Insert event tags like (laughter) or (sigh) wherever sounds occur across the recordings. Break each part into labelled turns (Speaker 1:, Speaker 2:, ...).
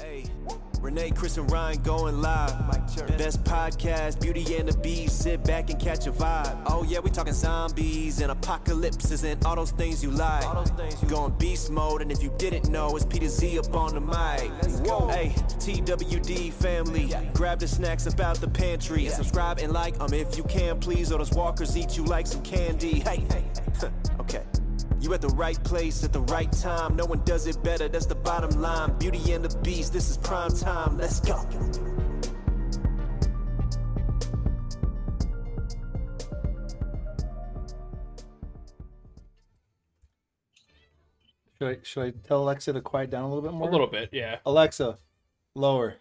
Speaker 1: Hey, Renee, Chris, and Ryan going live. Best podcast, Beauty and the Beast. Sit back and catch a vibe. Oh yeah, we talking zombies and apocalypses and all those things you like. Going beast mode, and if you didn't know, it's Peter Z up on the mic. Whoa. Hey, TWD family, grab the snacks about the pantry and subscribe and like 'em if you can, please. Or those walkers eat you like some candy. Hey, okay. You at the right place at the right time. No one does it better, that's the bottom line. Beauty and the beast, this is prime time. Let's go.
Speaker 2: Should I, should I tell Alexa to quiet down a little bit
Speaker 3: A
Speaker 2: more?
Speaker 3: little bit, yeah.
Speaker 2: Alexa, lower.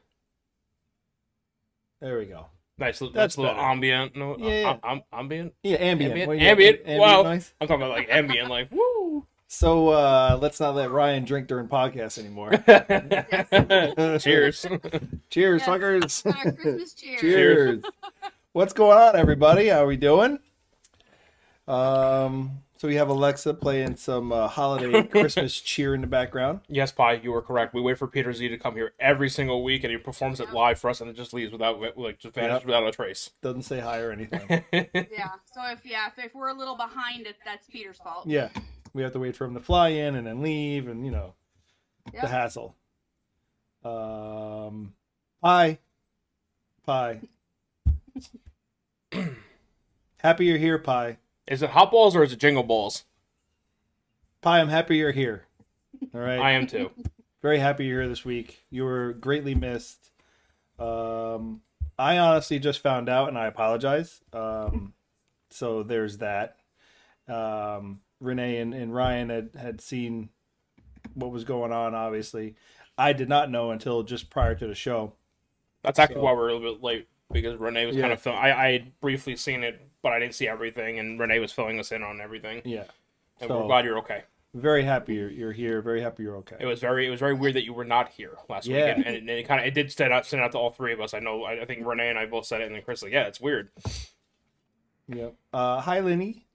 Speaker 2: There we go.
Speaker 3: Nice, little,
Speaker 2: That's
Speaker 3: that's little
Speaker 2: better.
Speaker 3: ambient. No,
Speaker 2: Yeah.
Speaker 3: yeah. um, ambient,
Speaker 2: Yeah, ambient.
Speaker 3: ambient,
Speaker 2: What
Speaker 3: ambient.
Speaker 2: do you-
Speaker 3: wow,
Speaker 2: noise?
Speaker 3: I'm talking about like ambient,
Speaker 2: (laughs)
Speaker 3: like woo.
Speaker 2: So uh, let's not let Ryan drink during podcasts anymore.
Speaker 3: (laughs) Cheers.
Speaker 2: (laughs)
Speaker 3: (laughs)
Speaker 2: Cheers,
Speaker 4: Yeah. (laughs)
Speaker 2: fuckers.
Speaker 4: Our
Speaker 2: (laughs)
Speaker 4: Uh, Christmas cheer.
Speaker 2: Cheers. What's going on, everybody? How are we doing? Um, so we have Alexa playing some uh,
Speaker 3: (laughs)
Speaker 2: holiday Christmas cheer in the background.
Speaker 3: yes, Pi, you were correct. We wait for Peter Z to come here every single week, and he performs it live for us, and it just leaves without like just vanishes
Speaker 2: Yep.
Speaker 3: without a trace.
Speaker 2: Doesn't say hi or
Speaker 3: (laughs)
Speaker 2: anything.
Speaker 4: Yeah. So if yeah, if, if we're a little behind it, that's Peter's fault.
Speaker 2: yeah, we have to wait for him to fly in and then leave, and you know the
Speaker 4: Yep.
Speaker 2: hassle. Um, pie, pie. (clears throat) happy you're here, pie.
Speaker 3: Is it hot balls or is it jingle balls?
Speaker 2: Pie, I'm happy you're here. All right.
Speaker 3: I am
Speaker 2: (laughs)
Speaker 3: too.
Speaker 2: very happy you're here this week. You were greatly missed. Um, I honestly just found out, and I apologize. Um, so there's that. Um, Renee and, and Ryan had, had seen what was going on. Obviously, I did not know until just prior to the show.
Speaker 3: That's actually
Speaker 2: So-
Speaker 3: why we're a little bit late because Renee was kind
Speaker 2: Yeah.
Speaker 3: of filming. I, I had briefly seen it, but I didn't see everything, and Renee was filling us in on everything.
Speaker 2: Yeah,
Speaker 3: And
Speaker 2: So-
Speaker 3: we're glad you're okay.
Speaker 2: very happy you're, you're here. Very happy you're okay.
Speaker 3: It was very it was very weird that you were not here last
Speaker 2: Yeah.
Speaker 3: weekend, and, and it kind of it did stand out stand out to all three of us. I know I, I think Renee and I both said it, and then Chris like, yeah, it's weird.
Speaker 2: Yep. Uh, hi, Lenny.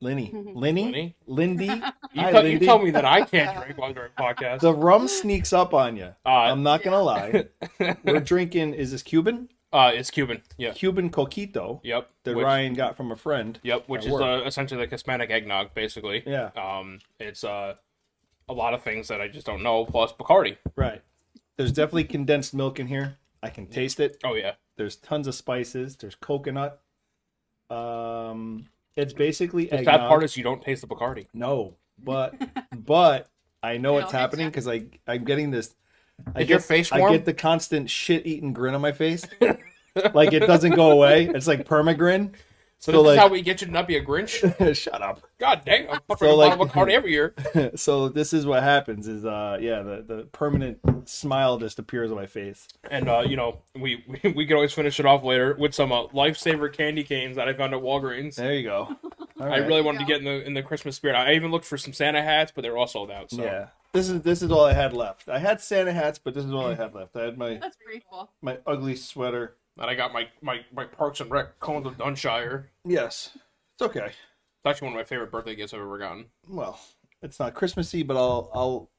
Speaker 2: Lenny. Lenny.
Speaker 3: Lenny?
Speaker 2: Lindy.
Speaker 3: (laughs) You,
Speaker 2: Hi,
Speaker 3: tell- you
Speaker 2: Lindy.
Speaker 3: tell me that I can't drink while during podcast.
Speaker 2: The rum sneaks up on you.
Speaker 3: uh,
Speaker 2: I'm not gonna lie.
Speaker 3: (laughs)
Speaker 2: We're drinking. Is this Cuban?
Speaker 3: uh, it's Cuban. Yeah.
Speaker 2: Cuban coquito
Speaker 3: Yep.
Speaker 2: that
Speaker 3: Which-
Speaker 2: Ryan got from a friend.
Speaker 3: Yep. Which
Speaker 2: at
Speaker 3: is
Speaker 2: work.
Speaker 3: the, essentially like Hispanic eggnog, basically.
Speaker 2: Yeah.
Speaker 3: Um, it's uh, a lot of things that I just don't know. Plus Bacardi.
Speaker 2: Right. There's definitely condensed milk in here. I can taste it.
Speaker 3: Oh yeah.
Speaker 2: There's tons of spices. There's coconut. Um, it's basically
Speaker 3: The
Speaker 2: eggnog.
Speaker 3: sad part is you don't taste the Bacardi.
Speaker 2: no, but but I know
Speaker 4: No,
Speaker 2: it's happening because I I'm getting this. I
Speaker 3: Is your
Speaker 2: get-
Speaker 3: face
Speaker 2: I
Speaker 3: warm?
Speaker 2: get the constant shit eating grin on my
Speaker 3: (laughs)
Speaker 2: face. like it doesn't go away. It's like permagrin.
Speaker 3: So,
Speaker 2: So,
Speaker 3: this
Speaker 2: like-
Speaker 3: is how we get you to not be a
Speaker 2: (laughs)
Speaker 3: Grinch.
Speaker 2: Shut up.
Speaker 3: God dang, I'm
Speaker 2: So,
Speaker 3: fucking a bottle
Speaker 2: like-
Speaker 3: of Bacardi every year.
Speaker 2: so this is what happens is uh yeah the, the permanent smile just appears on my face
Speaker 3: And uh, you know, we, (laughs) we we could always finish it off later with some uh, lifesaver candy canes that I found at Walgreens.
Speaker 2: there you go All
Speaker 3: I
Speaker 2: right.
Speaker 3: really wanted to get in the in the Christmas spirit. I even looked for some Santa hats, but they were all sold out. So
Speaker 2: yeah this is this is all i had left i had santa hats but this is all i had left i had my
Speaker 4: That's pretty cool.
Speaker 2: my ugly sweater
Speaker 3: and I got my my my Parks and Rec cones of Dunshire.
Speaker 2: yes it's okay
Speaker 3: It's actually one of my favorite birthday gifts I've ever gotten.
Speaker 2: well it's not christmassy but i'll i'll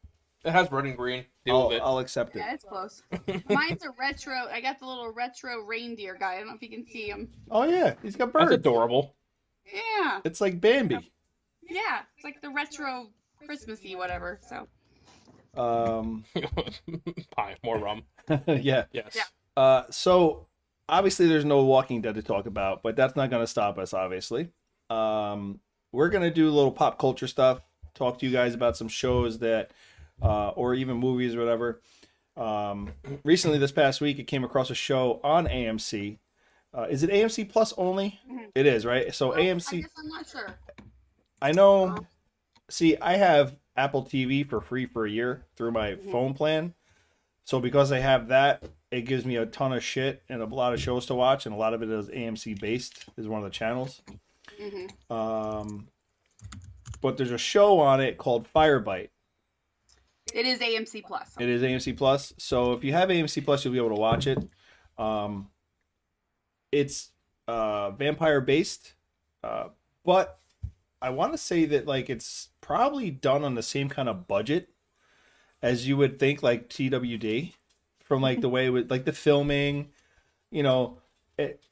Speaker 3: It has red and green. Deal with
Speaker 2: i'll,
Speaker 3: it.
Speaker 2: I'll accept it
Speaker 4: Yeah, it's
Speaker 2: (laughs)
Speaker 4: close. Mine's a retro. I got the little retro reindeer guy. I don't know if you can see him.
Speaker 2: oh yeah he's got
Speaker 3: That's
Speaker 2: birds
Speaker 3: adorable. (laughs)
Speaker 4: Yeah.
Speaker 2: it's like bambi
Speaker 4: Yeah. It's like the retro Christmassy whatever. So
Speaker 2: um (laughs)
Speaker 3: Pie, more rum.
Speaker 2: yeah
Speaker 3: Yes.
Speaker 4: Yeah.
Speaker 2: Uh, so obviously there's no Walking Dead to talk about, but that's not going to stop us. Obviously, um, we're going to do a little pop culture stuff. Talk to you guys about some shows that, uh, or even movies or whatever. Um, recently, this past week, it came across a show on AMC. Uh, is it AMC Plus only?
Speaker 4: Mhm.
Speaker 2: It is right. So
Speaker 4: I
Speaker 2: AMC.
Speaker 4: guess I'm not sure.
Speaker 2: I know. See, I have Apple TV for free for a year through my phone plan. So because I have that, it gives me a ton of shit and a lot of shows to watch, and a lot of it is AMC based. Is one of the channels.
Speaker 4: hmm
Speaker 2: Um, but there's a show on it called Firebite.
Speaker 4: It is AMC Plus.
Speaker 2: It is AMC Plus. So if you have AMC Plus, you'll be able to watch it. Um, it's uh, vampire based, uh, but I want to say that like it's probably done on the same kind of budget as you would think, like TWD. from like the way with like the filming, you know, it,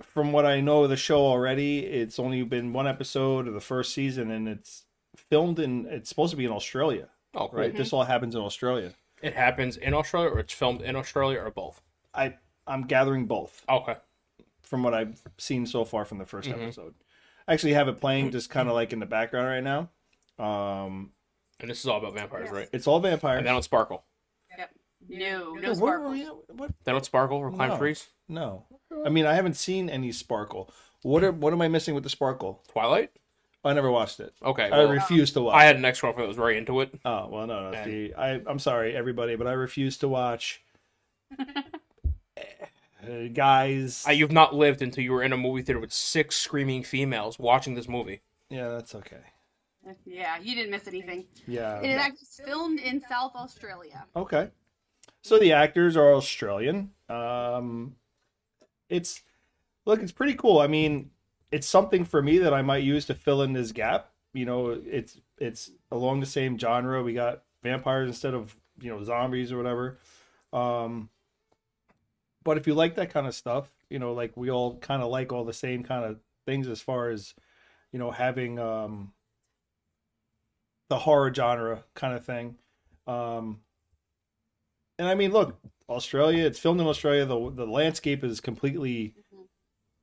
Speaker 2: from what I know of the show already, it's only been one episode of the first season, and it's filmed in. It's supposed to be in Australia,
Speaker 3: Oh, cool.
Speaker 2: right? This all happens in Australia.
Speaker 3: It happens in Australia, or it's filmed in Australia, or both.
Speaker 2: I I'm gathering both
Speaker 3: Okay.
Speaker 2: from what I've seen so far from the 1st
Speaker 3: Mm-hmm.
Speaker 2: episode. I actually have it playing just kind of like in the background right now. Um,
Speaker 3: And this is all about vampires,
Speaker 4: Yes.
Speaker 3: right?
Speaker 2: it's all
Speaker 3: And
Speaker 2: vampires.
Speaker 3: they don't sparkle.
Speaker 4: Yep. No,
Speaker 2: Yeah,
Speaker 4: no
Speaker 2: what were
Speaker 4: sparkle.
Speaker 2: we- what-
Speaker 3: They don't sparkle or climb
Speaker 2: No.
Speaker 3: trees.
Speaker 2: No, I mean I haven't seen any sparkle. What are, what am I missing with the sparkle?
Speaker 3: Twilight.
Speaker 2: I never watched it.
Speaker 3: Okay.
Speaker 2: I
Speaker 3: well,
Speaker 2: refuse to watch.
Speaker 3: I had an ex girlfriend that was very into it.
Speaker 2: Oh well, no, no.
Speaker 3: And-
Speaker 2: See, I I'm sorry, everybody, but I refuse to
Speaker 4: (laughs)
Speaker 2: watch. Uh, guys,
Speaker 3: I, you've not lived until you were in a movie theater with six screaming females watching this movie.
Speaker 2: yeah, that's okay.
Speaker 4: Yeah, you didn't miss anything.
Speaker 2: Yeah.
Speaker 4: It actually was filmed in South Australia.
Speaker 2: Okay. So the actors are Australian. Um, it's look, it's pretty cool. I mean, it's something for me that I might use to fill in this gap. You know, it's it's along the same genre. We got vampires instead of you know zombies or whatever. Um, but if you like that kind of stuff, you know, like we all kind of like all the same kind of things as far as you know having um the horror genre kind of thing. Um, and I mean, look, Australia, it's filmed in Australia. The the landscape is completely,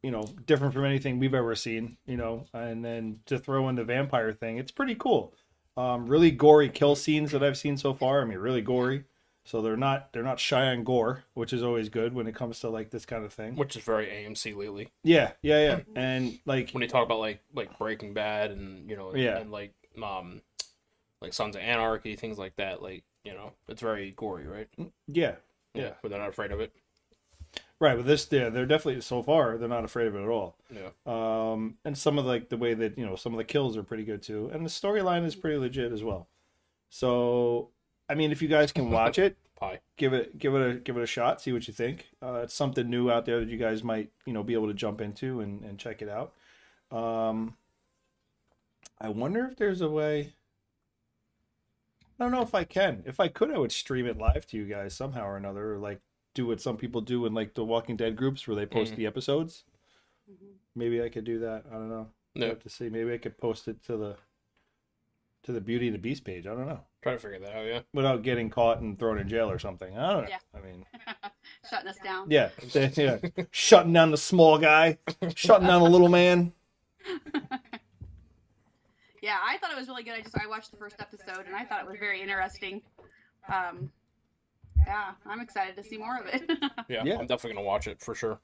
Speaker 2: you know, different from anything we've ever seen, you know. And then to throw in the vampire thing, it's pretty cool. Um, really gory kill scenes that I've seen so far. I mean, really gory. So they're not they're not shy on gore, which is always good when it comes to like this kind of thing.
Speaker 3: which is very AMC lately.
Speaker 2: Yeah, yeah, yeah. And like
Speaker 3: When you talk about like like Breaking Bad and you know
Speaker 2: Yeah.
Speaker 3: and like um like Sons of Anarchy things like that like you know it's very gory right
Speaker 2: yeah,
Speaker 3: yeah but they're not afraid of it
Speaker 2: right. But this, yeah, they're definitely so far they're not afraid of it at all.
Speaker 3: yeah
Speaker 2: um and some of like the way that you know some of the kills are pretty good too and the storyline is pretty legit as well so i mean if you guys can watch it
Speaker 3: pie
Speaker 2: give it give it a give it a shot see what you think uh, it's something new out there that you guys might you know be able to jump into and, and check it out um i wonder if there's a way i don't know if i can if i could i would stream it live to you guys somehow or another or like do what some people do in like the walking dead groups where they post
Speaker 3: Mhm.
Speaker 2: the episodes maybe i could do that i don't know i
Speaker 3: no
Speaker 2: have to see maybe i could post it to the to the beauty and the beast page i don't know
Speaker 3: try to figure that out yeah
Speaker 2: without getting caught and thrown in jail or something i don't know
Speaker 4: Yeah.
Speaker 2: i mean
Speaker 4: Shutting us down.
Speaker 2: (laughs) yeah, they- yeah. Shutting down the small guy, shutting down the little man.
Speaker 4: Yeah, I thought it was really good. I just I watched the first episode and I thought it was very interesting. Um, yeah, I'm excited to see more of it. (laughs)
Speaker 3: yeah
Speaker 2: Yeah.
Speaker 3: I'm definitely gonna watch it for sure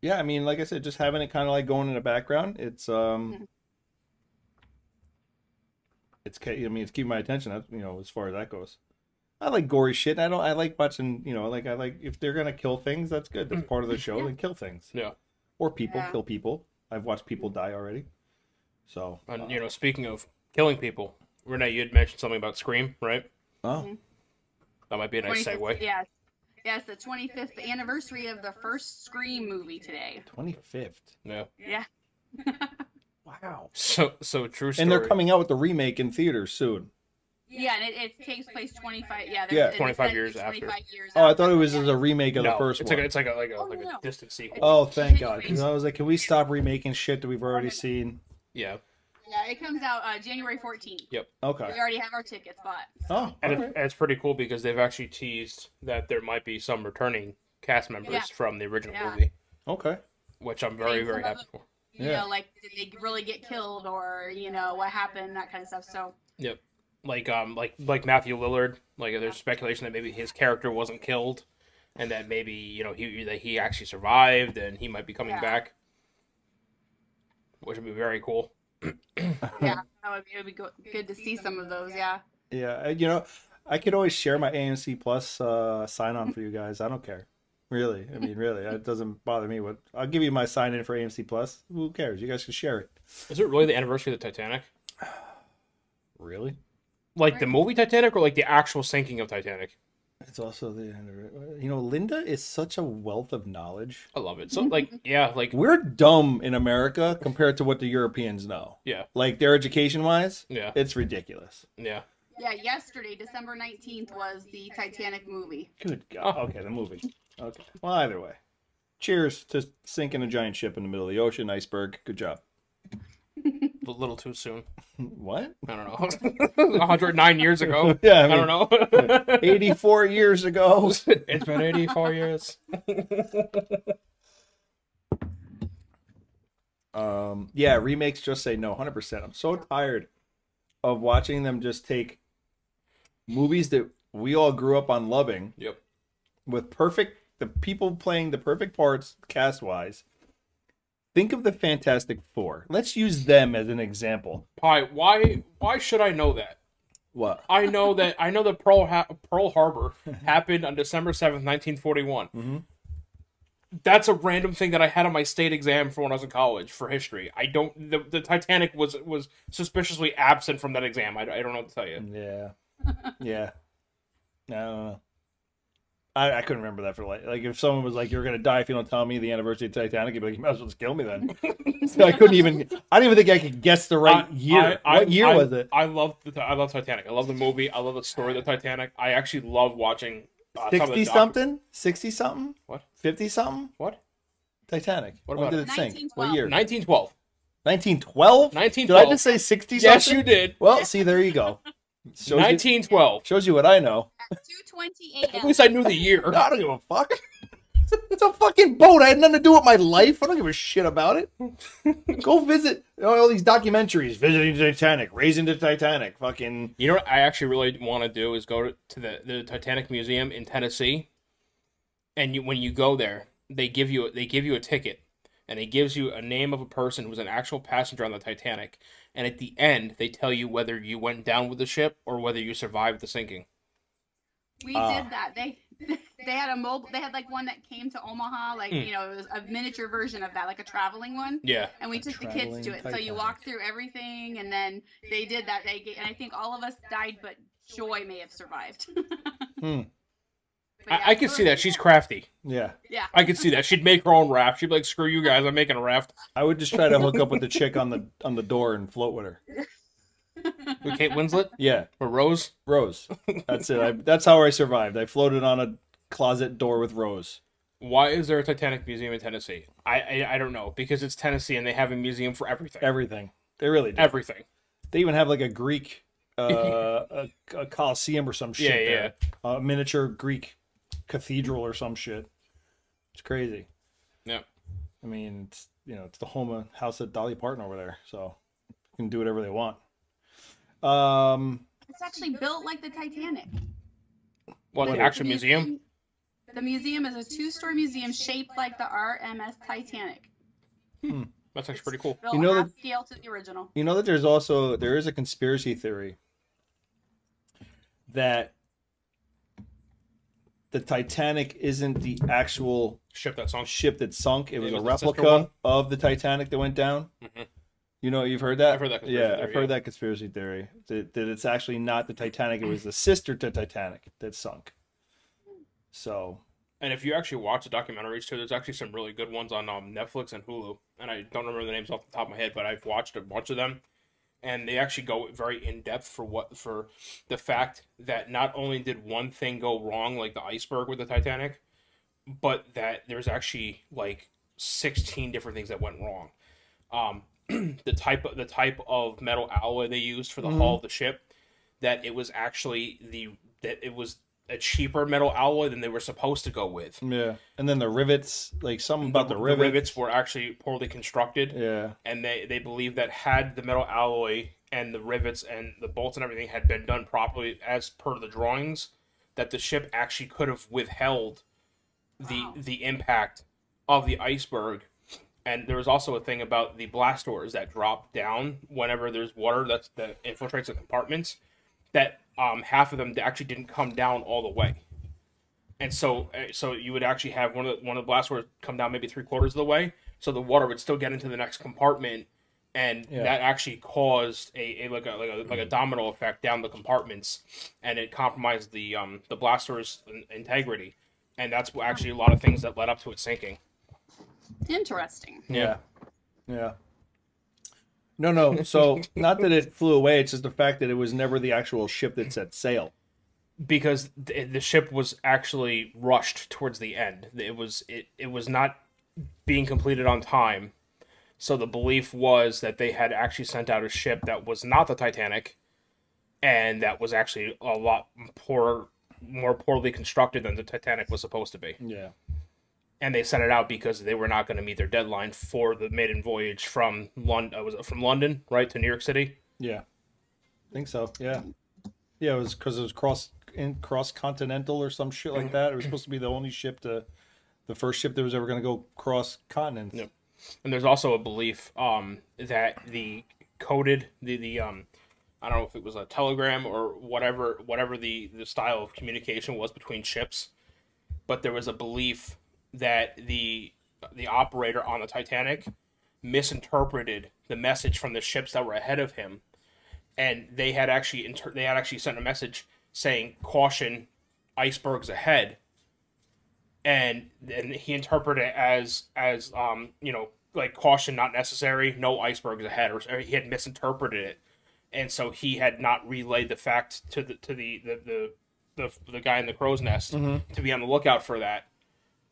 Speaker 2: Yeah, I mean, like I said, just having it kind of like going in the background. It's um, it's ca- I mean, it's keeping my attention. That's, you know, as far as that goes. I like gory shit. I don't. I like watching. You know, like I like if they're gonna kill things, that's good. That's part of the show. Then kill things
Speaker 3: yeah
Speaker 2: or people
Speaker 4: Yeah.
Speaker 2: kill people. I've watched people die already. So uh,
Speaker 3: and you know speaking of killing people Renee you had mentioned something about Scream right
Speaker 2: oh,
Speaker 3: that might be a nice
Speaker 4: 25th
Speaker 3: segue
Speaker 4: Yes. Yes, the 25th anniversary of the first Scream movie today.
Speaker 2: twenty fifth.
Speaker 3: yeah
Speaker 4: Yeah.
Speaker 2: Wow.
Speaker 3: so so true story
Speaker 2: And they're coming out with the remake in theaters soon.
Speaker 4: Yeah, and it, it takes place 25. Yeah,
Speaker 2: Yeah.
Speaker 4: there's- it
Speaker 3: 25
Speaker 4: says
Speaker 3: years after.
Speaker 4: 25 years
Speaker 2: Oh, I
Speaker 4: after,
Speaker 2: thought it was
Speaker 4: yeah.
Speaker 2: as a remake of
Speaker 3: no,
Speaker 2: the first
Speaker 3: it's
Speaker 2: one.
Speaker 3: like a, it's like a like a,
Speaker 4: Oh,
Speaker 3: like a
Speaker 4: no.
Speaker 3: distant sequel
Speaker 2: oh, thank God. 'cause I was like, can we stop remaking shit that we've already seen?
Speaker 3: yeah
Speaker 4: Yeah, it comes out uh, January 14th.
Speaker 2: Okay.
Speaker 4: We already have our tickets bought.
Speaker 2: Oh,
Speaker 3: And,
Speaker 2: all
Speaker 3: it,
Speaker 2: right.
Speaker 3: and it's pretty cool because they've actually teased that there might be some returning cast members
Speaker 4: Yeah.
Speaker 3: from the original
Speaker 4: Yeah.
Speaker 3: movie,
Speaker 2: okay.
Speaker 3: which I'm very,
Speaker 4: Thanks,
Speaker 3: very
Speaker 4: I
Speaker 3: happy
Speaker 4: love
Speaker 3: for.
Speaker 4: You
Speaker 2: Yeah.
Speaker 4: know, like, did they really get killed or, you know, what happened, that kind of stuff. So,
Speaker 3: Yep. Like um like like Matthew Lillard, like there's speculation that maybe his character wasn't killed and that maybe, you know, he that he actually survived and he might be coming
Speaker 4: Yeah.
Speaker 3: back. Which would be very cool.
Speaker 4: yeah, that would be, it would be go- good to see some of those. Yeah.
Speaker 2: Yeah, I- you know, I could always share my AMC Plus uh, sign on for you guys. I don't care. Really, I mean, really, it doesn't bother me. What I'll give you my sign in for AMC Plus. Who cares? You guys can share it.
Speaker 3: Is it really the anniversary of the Titanic?
Speaker 2: Really?
Speaker 3: Like the movie Titanic or like the actual sinking of Titanic?
Speaker 2: It's also the end of it. You know, Linda is such a wealth of knowledge.
Speaker 3: I love it. So
Speaker 4: (laughs)
Speaker 3: like yeah, like
Speaker 2: We're dumb in America compared to what the Europeans know.
Speaker 3: yeah,
Speaker 2: Like their education wise,
Speaker 3: yeah,
Speaker 2: it's ridiculous.
Speaker 3: yeah.
Speaker 4: Yeah, yesterday, December 19th, was the Titanic movie.
Speaker 2: Good God. Okay, the movie. Okay. Well, either way. Cheers to sinking a giant ship in the middle of the ocean, iceberg. Good job. (laughs)
Speaker 3: A little too soon.
Speaker 2: What? (laughs)
Speaker 3: I don't (laughs) know. 109 years (laughs) ago.
Speaker 2: Yeah, I
Speaker 3: I,
Speaker 2: mean-
Speaker 3: don't know. (laughs)
Speaker 2: 84 years ago. (laughs)
Speaker 3: it's been 84 years.
Speaker 2: Um, yeah, remakes just say no, 100%. I'm so tired of watching them just take movies that we all grew up on loving
Speaker 3: Yep.
Speaker 2: with perfect, the people playing the perfect parts cast wise. Think of the Fantastic Four. Let's use them as an example.
Speaker 3: Hi, why why should I know that?
Speaker 2: What?
Speaker 3: I know that I know that Pearl ha- Pearl (laughs) Harbor happened on December seventh, nineteen forty one.
Speaker 2: Mhm.
Speaker 3: That's a random thing that I had on my state exam for when I was in college for history. I don't. The, the Titanic was was suspiciously absent from that exam. I, I don't know what to tell you.
Speaker 2: Yeah. Yeah. I don't know. I, I couldn't remember that for like like if someone was like you're gonna die if you don't tell me the anniversary of Titanic, you'd be like you might as well just kill me then. So I couldn't even I didn't even think I could guess the right
Speaker 3: I-
Speaker 2: year.
Speaker 3: I- I-
Speaker 2: what year
Speaker 3: I-
Speaker 2: was it?
Speaker 3: I love the Ti- I love Titanic. I love the movie. I love the story of the Titanic. I actually love watching uh, some of the
Speaker 2: Sixty
Speaker 3: docu-
Speaker 2: something? Sixty something?
Speaker 3: What?
Speaker 2: Fifty something?
Speaker 3: What?
Speaker 2: Titanic.
Speaker 3: What
Speaker 2: When
Speaker 3: about
Speaker 2: did it sink? What
Speaker 4: 1912.
Speaker 2: year?
Speaker 3: 1912.
Speaker 2: Nineteen twelve? Did I
Speaker 3: 1912.
Speaker 2: just say sixty
Speaker 3: yes,
Speaker 2: something?
Speaker 3: you did.
Speaker 2: Well, see there you go. Shows, you,
Speaker 3: 1912.
Speaker 2: shows you what I know.
Speaker 4: At 2:28
Speaker 3: At
Speaker 4: a.m.
Speaker 3: least I knew the
Speaker 2: (laughs)
Speaker 3: year.
Speaker 2: I don't give a fuck. It's a, it's a fucking boat. I had nothing to do with my life. I don't give a shit about it. (laughs) Go visit you know, all these documentaries. Visiting the Titanic, raising the Titanic, fucking.
Speaker 3: You know what I actually really want to do is go to, to the, the Titanic Museum in Tennessee, and you when you go there, they give you they give you a ticket, and it gives you a name of a person who was an actual passenger on the Titanic, and at the end they tell you whether you went down with the ship or whether you survived the sinking.
Speaker 4: We
Speaker 2: Ah.
Speaker 4: did that. They they had a mobile. They had like one that came to Omaha. Like
Speaker 3: Mm.
Speaker 4: you know, it was a miniature version of that, like a traveling one.
Speaker 3: Yeah,
Speaker 4: And we took the
Speaker 2: traveling
Speaker 4: kids to it. So you
Speaker 2: Titanic.
Speaker 4: walk through everything, and then they did that. They ga- and I think all of us died, but Joy may have survived. (laughs)
Speaker 2: Hmm.
Speaker 4: But yeah,
Speaker 3: I, I could see that she's crafty.
Speaker 2: Yeah,
Speaker 4: Yeah.
Speaker 3: I could see that she'd make her own raft. She'd be like, "Screw you guys, I'm making a raft."
Speaker 2: I would just try to hook up with the chick on the on the door and float with her.
Speaker 3: With Kate Winslet
Speaker 2: Yeah,
Speaker 3: or Rose.
Speaker 2: Rose. That's it. I, that's how I survived. I floated on a closet door with Rose.
Speaker 3: Why is there a Titanic Museum in Tennessee? I I, I don't know because it's Tennessee and they have a museum for everything.
Speaker 2: Everything. They really do.
Speaker 3: everything.
Speaker 2: They even have like a Greek,
Speaker 3: (laughs)
Speaker 2: uh, a, a coliseum or some shit.
Speaker 3: Yeah,
Speaker 2: there. A miniature Greek cathedral or some shit. It's crazy.
Speaker 3: Yeah.
Speaker 2: I mean, it's, you know, it's the home of house of Dolly Parton over there, so they can do whatever they want. Um,
Speaker 4: It's actually built like the Titanic.
Speaker 3: What,
Speaker 4: The-
Speaker 3: the actual
Speaker 4: the
Speaker 3: museum?
Speaker 4: The museum is a two-story museum shaped like the RMS Titanic.
Speaker 3: That's actually pretty cool.
Speaker 4: Built
Speaker 2: You know
Speaker 4: half
Speaker 2: that-
Speaker 4: scale to the original.
Speaker 2: you know that there's also there is a conspiracy theory that the Titanic isn't the actual
Speaker 3: Ship that song.
Speaker 2: ship that sunk; it was,
Speaker 3: was
Speaker 2: a
Speaker 3: the sister
Speaker 2: replica
Speaker 3: one?
Speaker 2: of the Titanic that went down.
Speaker 3: Mhm.
Speaker 2: You know, you've heard that.
Speaker 3: I've heard that conspiracy
Speaker 2: Yeah,
Speaker 3: theory,
Speaker 2: I've heard
Speaker 3: yeah.
Speaker 2: that conspiracy theory that, that it's actually not the Titanic; it was the sister to Titanic that sunk. So
Speaker 3: And if you actually watch the documentaries too, there's actually some really good ones on um, Netflix and Hulu. And I don't remember the names off the top of my head, but I've watched a bunch of them, and they actually go very in depth for what for the fact that not only did one thing go wrong, like the iceberg with the Titanic, but that there's actually like 16 different things that went wrong. Um, (clears throat) the type of the type of metal alloy they used for the
Speaker 2: Mhm.
Speaker 3: hull of the ship, that it was actually the that it was a cheaper metal alloy than they were supposed to go with.
Speaker 2: Yeah, and then the rivets, like something about Mm, the,
Speaker 3: rivets.
Speaker 2: rivets.
Speaker 3: were actually poorly constructed,
Speaker 2: Yeah,
Speaker 3: and they they believe that had the metal alloy and the rivets and the bolts and everything had been done properly as per the drawings, that the ship actually could have withheld the
Speaker 4: Wow.
Speaker 3: the impact of the iceberg. And there was also a thing about the blast doors that drop down whenever there's water that's that infiltrates the compartments. That um, half of them actually didn't come down all the way and so uh, so you would actually have one of the, one of the blast doors come down maybe three quarters of the way, so the water would still get into the next compartment, and
Speaker 2: Yeah.
Speaker 3: that actually caused a, a like a like a like a domino effect down the compartments, and it compromised the um the blast door's in- integrity, and that's what actually a lot of things that led up to it sinking.
Speaker 4: Interesting.
Speaker 2: yeah, yeah. No, no.
Speaker 3: (laughs)
Speaker 2: So not that it flew away. It's just the fact that it was never the actual ship that set sail.
Speaker 3: because the, the ship was actually rushed towards the end. It was it, it was not being completed on time. So the belief was that they had actually sent out a ship that was not the Titanic and that was actually a lot poorer more poorly constructed than the Titanic was supposed to be.
Speaker 2: Yeah.
Speaker 3: And they sent it out because they were not going to meet their deadline for the maiden voyage from London was it from London, right, to New York City.
Speaker 2: Yeah. I think so. Yeah. Yeah, it was because it was cross in cross continental or some shit like that. It was supposed to be the only ship to the first ship that was ever going to go cross continents.
Speaker 3: Yep. And there's also a belief um, that the coded the the um, I don't know if it was a telegram or whatever whatever the the style of communication was between ships, but there was a belief that the the operator on the Titanic misinterpreted the message from the ships that were ahead of him, and they had actually inter- they had actually sent a message saying caution, icebergs ahead and and he interpreted it as as um you know like caution not necessary no icebergs ahead or, or he had misinterpreted it and so he had not relayed the fact to the to the the the, the, the guy in the crow's nest to be on the lookout for that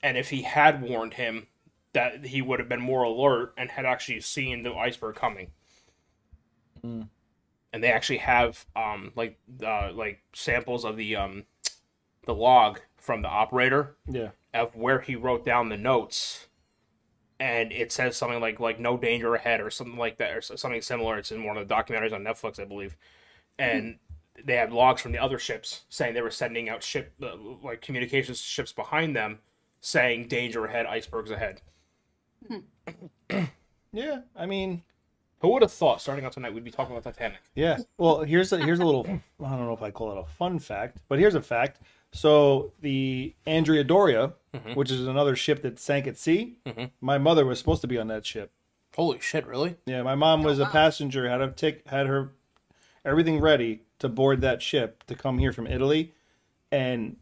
Speaker 3: and if he had warned him that he would have been more alert and had actually seen the iceberg coming and they actually have um like uh like samples of the um the log from the operator
Speaker 2: Yeah.
Speaker 3: of where he wrote down the notes and it says something like like no danger ahead or something like that or s- something similar it's in one of the documentaries on netflix i believe and they had logs from the other ships saying they were sending out ship uh, like communications ships behind them saying danger ahead icebergs ahead
Speaker 2: Yeah. I mean,
Speaker 3: who would have thought starting out tonight we'd be talking about titanic
Speaker 2: Yeah. Well, here's a here's a little I don't know if I call it a fun fact, but here's a fact. So the Andrea Doria, which is another ship that sank at sea, my mother was supposed to be on that ship.
Speaker 3: holy shit really
Speaker 2: Yeah, my mom was a passenger, had a tick had her everything ready to board that ship to come here from Italy and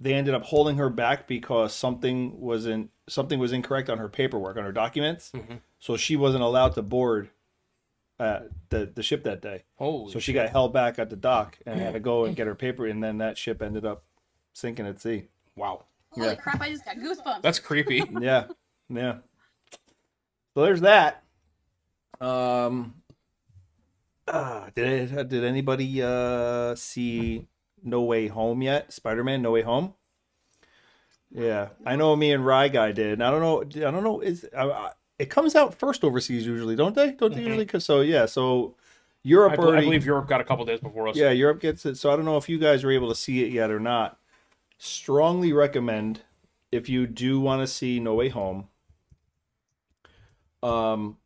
Speaker 2: they ended up holding her back because something wasn't something was incorrect on her paperwork, on her documents. So she wasn't allowed to board uh, the the ship that day.
Speaker 3: holy
Speaker 2: So she got held back at the dock and had to go and get her paper, and then that ship ended up sinking at sea.
Speaker 3: wow
Speaker 4: Holy
Speaker 2: Yeah.
Speaker 4: crap! I just got goosebumps.
Speaker 2: (laughs)
Speaker 3: that's creepy
Speaker 2: Yeah, yeah. So there's that. Um, ah, did it, did anybody uh see No Way Home yet? Spider-Man No Way Home. Yeah, I know. Me and Rye Guy did. And I don't know. I don't know. Is I, I, it comes out first overseas usually, don't they? Don't they usually? 'Cause- so yeah, so Europe
Speaker 3: Mm-hmm. I, bel- I
Speaker 2: already.
Speaker 3: believe europe got a couple days before us
Speaker 2: Yeah, Europe gets it. So I don't know if you guys were able to see it yet or not. Strongly recommend if you do want to see No Way Home. Um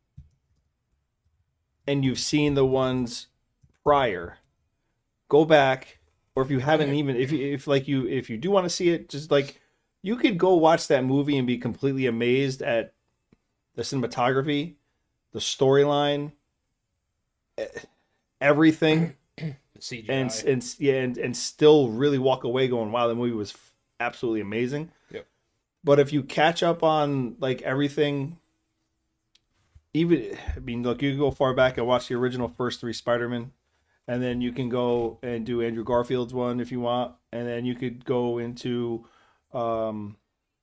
Speaker 2: and you've seen the ones prior. Go back or if you haven't even if you if like you if you do want to see it just like you could go watch that movie and be completely amazed at the cinematography, the storyline, e- everything
Speaker 3: CGI.
Speaker 2: and s- and s- yeah, and and still really walk away going, "Wow, the movie was f- absolutely amazing."
Speaker 3: Yep.
Speaker 2: But if you catch up on like everything, even I mean, look, you can go far back and watch the original first three Spider-Man, and then you can go and do Andrew Garfield's one if you want, and then you could go into um,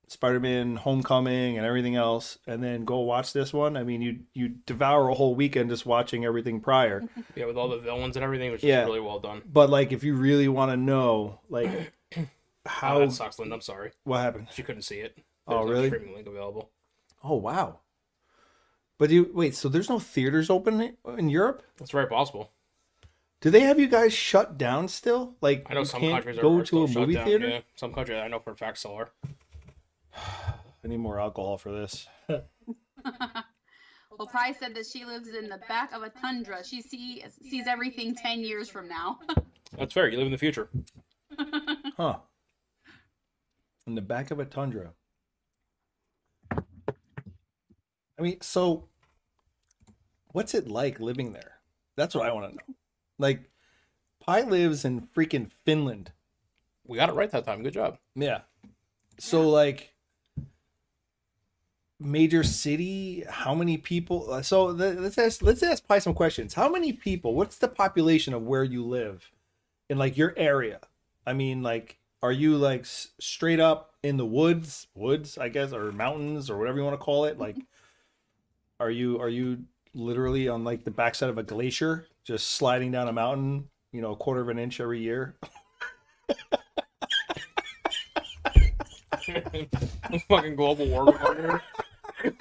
Speaker 2: Spider-Man Homecoming and everything else, and then go watch this one. I mean, you you devour a whole weekend just watching everything prior.
Speaker 3: yeah with all the villains and everything which
Speaker 2: Yeah.
Speaker 3: is really well done
Speaker 2: But like, if you really want to know,
Speaker 3: (clears throat)
Speaker 2: like,
Speaker 3: oh,
Speaker 2: how
Speaker 3: that sucks Linda. i'm sorry
Speaker 2: what happened?
Speaker 3: She couldn't see it. There's
Speaker 2: Oh,
Speaker 3: no
Speaker 2: really?
Speaker 3: Streaming link available.
Speaker 2: Oh wow! But you wait. So there's no theaters open in Europe.
Speaker 3: That's very possible.
Speaker 2: Do they have you guys shut down still? Like,
Speaker 3: I know
Speaker 2: you
Speaker 3: some
Speaker 2: can't
Speaker 3: countries are,
Speaker 2: go
Speaker 3: are
Speaker 2: to
Speaker 3: still
Speaker 2: a
Speaker 3: shut
Speaker 2: movie
Speaker 3: down.
Speaker 2: theater.
Speaker 3: Yeah, some countries I know for a fact still are.
Speaker 2: I need more alcohol for
Speaker 3: (laughs)
Speaker 2: this.
Speaker 4: Well, Pry said that she lives in the back of a tundra. She see, sees everything 10 years from now. (laughs)
Speaker 3: That's fair. You live in the future.
Speaker 2: Huh? In the back of a tundra. I mean, so what's it like living there? That's what I want to know. Like, Pi lives in freaking Finland.
Speaker 3: We got it right that time. Good job.
Speaker 2: Yeah. So like major city? How many people? uh, So th- let's ask let's ask Pi some questions. How many people? What's the population of where you live, in like your area? I mean, like, are you like s- straight up in the woods, woods, I guess, or mountains, or whatever you want to call it? Like, are you are you literally on like the backside of a glacier, just sliding down a mountain? You know, a quarter of an inch every year.
Speaker 3: (laughs) fucking global warming. over here. (laughs)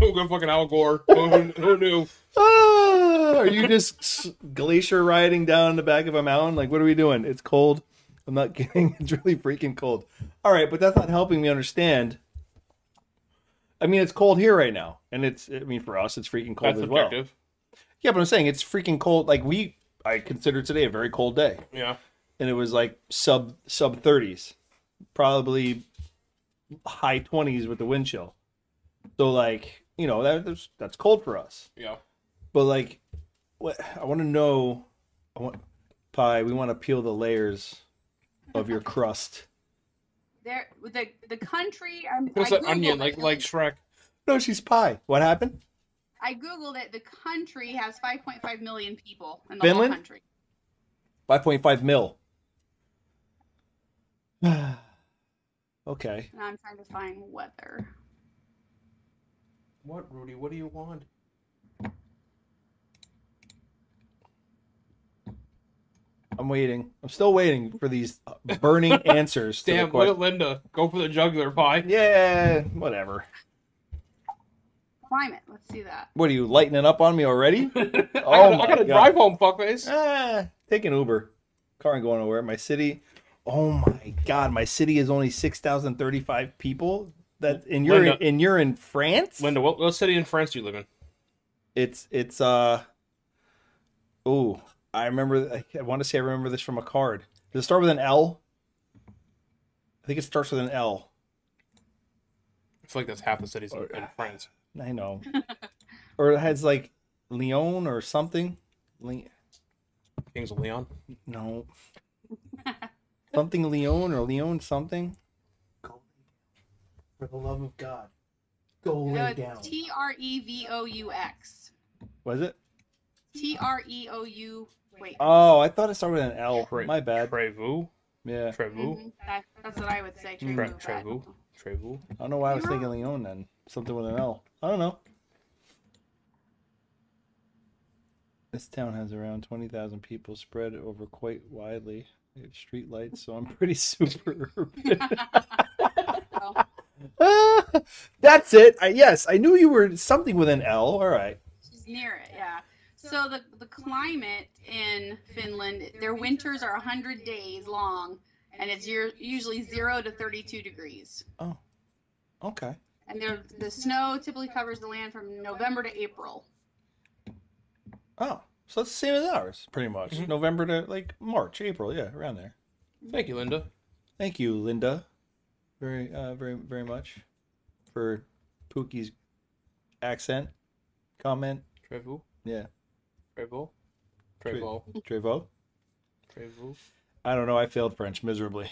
Speaker 3: Who go fucking Al Gore? Who, who knew?
Speaker 2: Ah, are you just s- glacier riding down the back of a mountain? Like, what are we doing? It's cold. I'm not (laughs) kidding. It's really freaking cold. All right, but that's not helping me understand. I mean, it's cold here right now, and it's. I mean, for us, it's freaking cold
Speaker 3: That's
Speaker 2: as well.
Speaker 3: objective.
Speaker 2: Yeah, but I'm saying it's freaking cold. Like we, I consider today a very cold day,
Speaker 3: Yeah.
Speaker 2: and it was like sub sub 30s, probably high 20s with the wind chill. So like, you know, that, that's that's cold for us
Speaker 3: Yeah.
Speaker 2: but like what i want to know i want pie we want to peel the layers of your crust
Speaker 4: There, the the country. I'm,
Speaker 3: What's
Speaker 4: I
Speaker 3: that onion?
Speaker 4: Googled
Speaker 3: Like
Speaker 4: it.
Speaker 3: like Shrek.
Speaker 2: no she's pie what happened
Speaker 4: I googled it. The country has 5.5 million people in the
Speaker 2: Finland?
Speaker 4: whole country.
Speaker 2: 5.5 mil (sighs) okay
Speaker 4: And I'm trying to find weather.
Speaker 3: What Rudy? What do you want?
Speaker 2: i'm waiting i'm still waiting for these burning answers to the
Speaker 3: Damn,
Speaker 2: question.
Speaker 3: look at Linda. Go for the jugular (laughs) pie.
Speaker 2: yeah whatever
Speaker 4: Climate. Let's see that.
Speaker 2: what are you lightening up on me already
Speaker 3: I gotta,
Speaker 2: my
Speaker 3: I gotta
Speaker 2: God.
Speaker 3: drive home, fuckface.
Speaker 2: ah, take an uber car ain't going nowhere my city oh my god my city is only 6035 people that and you're
Speaker 3: Linda.
Speaker 2: in, and you're in france
Speaker 3: Linda, what, what city in France do you live in?
Speaker 2: it's it's uh oh i remember i want to say i remember this from a card does it start with an l i think it starts with an l
Speaker 3: I feel like that's half the cities in,
Speaker 2: Or-
Speaker 3: in France.
Speaker 2: i know or it has like lyon or something Le-
Speaker 3: Kings of Leon.
Speaker 2: no something lyon or lyon something go for the love of god go
Speaker 4: So it's T R E V O U X.
Speaker 2: was it
Speaker 4: T R E O U. Wait.
Speaker 2: oh i thought it started with an l
Speaker 3: Cra-
Speaker 2: my bad
Speaker 3: Trevoux.
Speaker 2: yeah
Speaker 3: Trevoux.
Speaker 4: Mhm. That- that's what I would say.
Speaker 2: Mm.
Speaker 4: Trevoux, but-
Speaker 3: Trevoux. Trevoux.
Speaker 2: I don't know why I was
Speaker 4: You're
Speaker 2: thinking Leon then. Something with an L. I don't know. This town has around 20,000 people spread over quite widely. They have street lights, so I'm (laughs) pretty super urban. (laughs)
Speaker 4: Oh,
Speaker 2: Ah, That's it. I, yes, I knew you were something with an L. All right.
Speaker 4: she's near it. Yeah. So the the climate in Finland, their winters are 100 days long, and it's year, usually zero to 32 degrees.
Speaker 2: Okay.
Speaker 4: And there, the snow typically covers the land from November to April.
Speaker 2: Oh, so it's the same as ours, pretty much.
Speaker 3: Mhm.
Speaker 2: November to like March, April. Yeah, around there.
Speaker 3: Thank you, Linda.
Speaker 2: Thank you, Linda. Very, uh, very, very much for Pookie's accent comment.
Speaker 3: Trevoux.
Speaker 2: Yeah,
Speaker 3: Trevoux. Trevoux.
Speaker 2: Trevo.
Speaker 3: Trevoux.
Speaker 2: I don't know. I failed French miserably.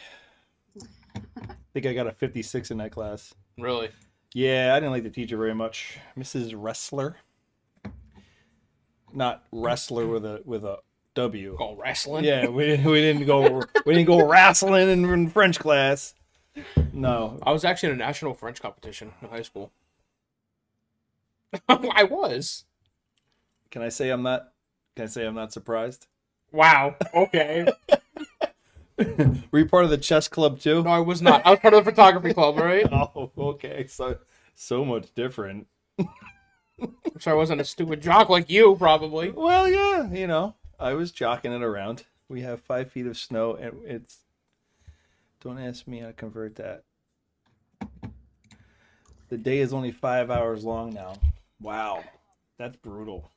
Speaker 2: I think I got a 56 in that class.
Speaker 3: Really?
Speaker 2: Yeah, I didn't like the teacher very much, Mrs. Wrestler. Not wrestler with a with a W.
Speaker 3: Call wrestling?
Speaker 2: Yeah, we we didn't go we didn't go wrestling in, in French class. No,
Speaker 3: I was actually in a national French competition in high school. (laughs) I was.
Speaker 2: can I say I'm not? Can I say I'm not surprised?
Speaker 3: Wow. Okay.
Speaker 2: Were you part of the chess club too? (laughs)
Speaker 3: (laughs) no, I was not. I was part of the photography club, all right?
Speaker 2: Oh, okay. So so much different.
Speaker 3: So I wasn't a stupid jock like you, probably.
Speaker 2: Well, yeah, you know, I was jocking it around. We have five feet of snow, and it's. Don't ask me how to convert that. The day is only five hours long now. Wow, that's brutal.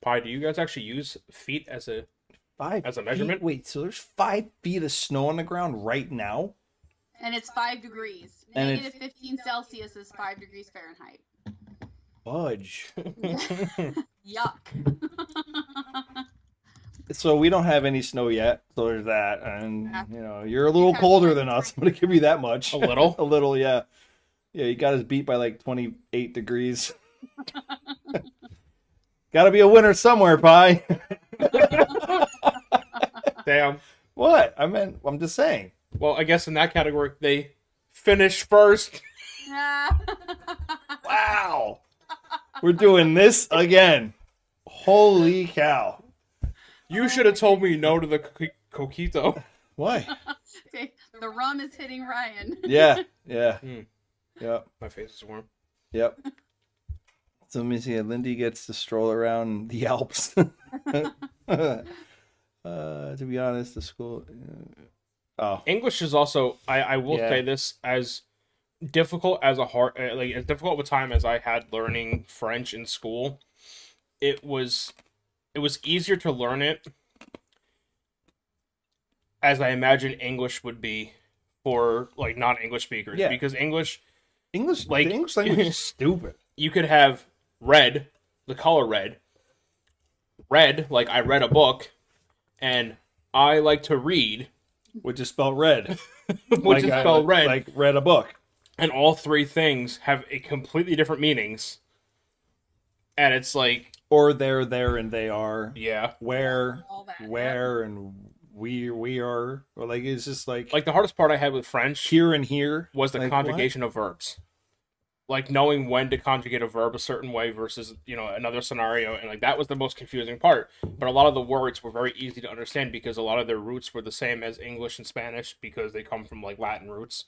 Speaker 3: Pi, do you guys actually use feet as a
Speaker 2: Five
Speaker 3: As a
Speaker 2: feet?
Speaker 3: measurement?
Speaker 2: Wait, so there's five feet of snow on the ground right now?
Speaker 4: And it's five degrees.
Speaker 2: And it's-
Speaker 4: Negative 15 Celsius is five degrees
Speaker 2: (laughs)
Speaker 4: Fahrenheit. (laughs)
Speaker 2: Budge.
Speaker 4: Yuck.
Speaker 2: (laughs)
Speaker 4: (laughs)
Speaker 2: So we don't have any snow yet. So there's that, and you know, you're a
Speaker 4: We
Speaker 2: little
Speaker 4: have
Speaker 2: colder
Speaker 4: one
Speaker 2: than us. Oh,
Speaker 4: right
Speaker 2: I'm gonna give you that much.
Speaker 3: a little?
Speaker 2: A little, yeah. Yeah, he got us beat by like 28 degrees. (laughs) got to be a winner somewhere, Pie.
Speaker 3: (laughs) Damn.
Speaker 2: (laughs) what? I meant, I'm just saying.
Speaker 3: Well, I guess in that category, they finish first.
Speaker 4: Yeah. (laughs)
Speaker 2: Wow. We're doing this again. Holy cow.
Speaker 3: You should have told me no to the co- coquito.
Speaker 2: Why?
Speaker 4: (laughs) Okay, the rum is hitting Ryan.
Speaker 2: Yeah. Yeah.
Speaker 3: Hmm.
Speaker 2: Yep.
Speaker 3: My face is warm.
Speaker 2: Yep. So let me see. Lindy gets to stroll around the Alps. (laughs) uh, to be honest, the school. Oh,
Speaker 3: English is also I, I will
Speaker 2: Yeah.
Speaker 3: say this as difficult as a hard uh, like as difficult of a time as I had learning French in school. It was it was easier to learn it as I imagine English would be for like non-English speakers
Speaker 2: Yeah.
Speaker 3: because English
Speaker 2: English.
Speaker 3: Like-
Speaker 2: the English language
Speaker 3: (laughs)
Speaker 2: is (laughs) stupid.
Speaker 3: you could have red, the color red, red like I read a book and I like to read, (laughs)
Speaker 2: Which is spelled red.
Speaker 3: which
Speaker 2: Like
Speaker 3: is
Speaker 2: I-
Speaker 3: spelled red.
Speaker 2: Like read a book.
Speaker 3: and all three things have a completely different meanings. And it's like,
Speaker 2: Or they're there and they are.
Speaker 3: yeah,
Speaker 2: Where,
Speaker 4: All that, yep.
Speaker 2: where, and we we are. Or like it's just like
Speaker 3: like the hardest part I had with French
Speaker 2: here and here
Speaker 3: was the
Speaker 2: Like, what?
Speaker 3: conjugation of verbs, like knowing when to conjugate a verb a certain way versus you know another scenario, and like that was the most confusing part. But a lot of the words were very easy to understand because a lot of their roots were the same as English and Spanish because they come from like Latin roots,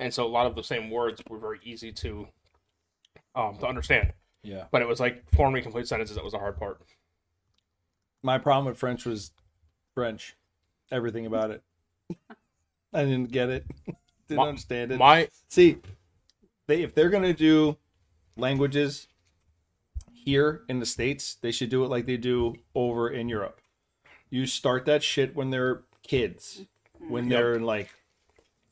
Speaker 3: and so a lot of the same words were very easy to, um, to understand.
Speaker 2: Yeah.
Speaker 3: But it was like forming complete sentences that was the hard part.
Speaker 2: my problem with French was French. Everything about
Speaker 3: (laughs)
Speaker 2: it. I didn't get it. (laughs) didn't
Speaker 3: My-
Speaker 2: understand it.
Speaker 3: my-
Speaker 2: see, they if they're gonna do languages here in the states, they should do it like they do over in Europe. You start that shit when they're kids, when they're in like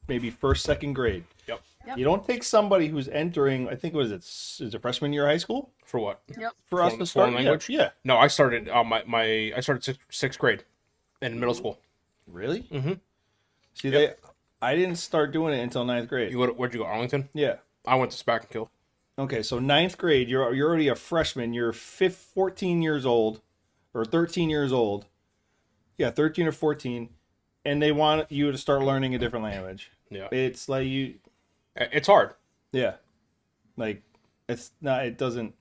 Speaker 2: maybe first second grade.
Speaker 3: Yep.
Speaker 4: Yep.
Speaker 2: You don't take somebody who's entering. I think what is it? s- Is it freshman year of high school
Speaker 3: For what?
Speaker 4: Yep.
Speaker 2: for us
Speaker 3: Foreign-
Speaker 2: to start?
Speaker 3: foreign
Speaker 2: yeah,
Speaker 3: language?
Speaker 2: Yeah.
Speaker 3: No, I started uh, my my I started sixth, sixth grade in middle school.
Speaker 2: Really?
Speaker 3: Mhm.
Speaker 2: See,
Speaker 3: Yep.
Speaker 2: they, I didn't start doing it until ninth grade.
Speaker 3: You go to, where'd you go? Arlington.
Speaker 2: yeah.
Speaker 3: I went to Spack and Kill.
Speaker 2: Okay, so ninth grade, you're you're already a freshman. You're fif 14 years old, or 13 years old. Yeah, 13 or 14, and they want you to start learning a different language.
Speaker 3: Yeah,
Speaker 2: It's like you,
Speaker 3: it's hard.
Speaker 2: yeah, like it's not. It doesn't.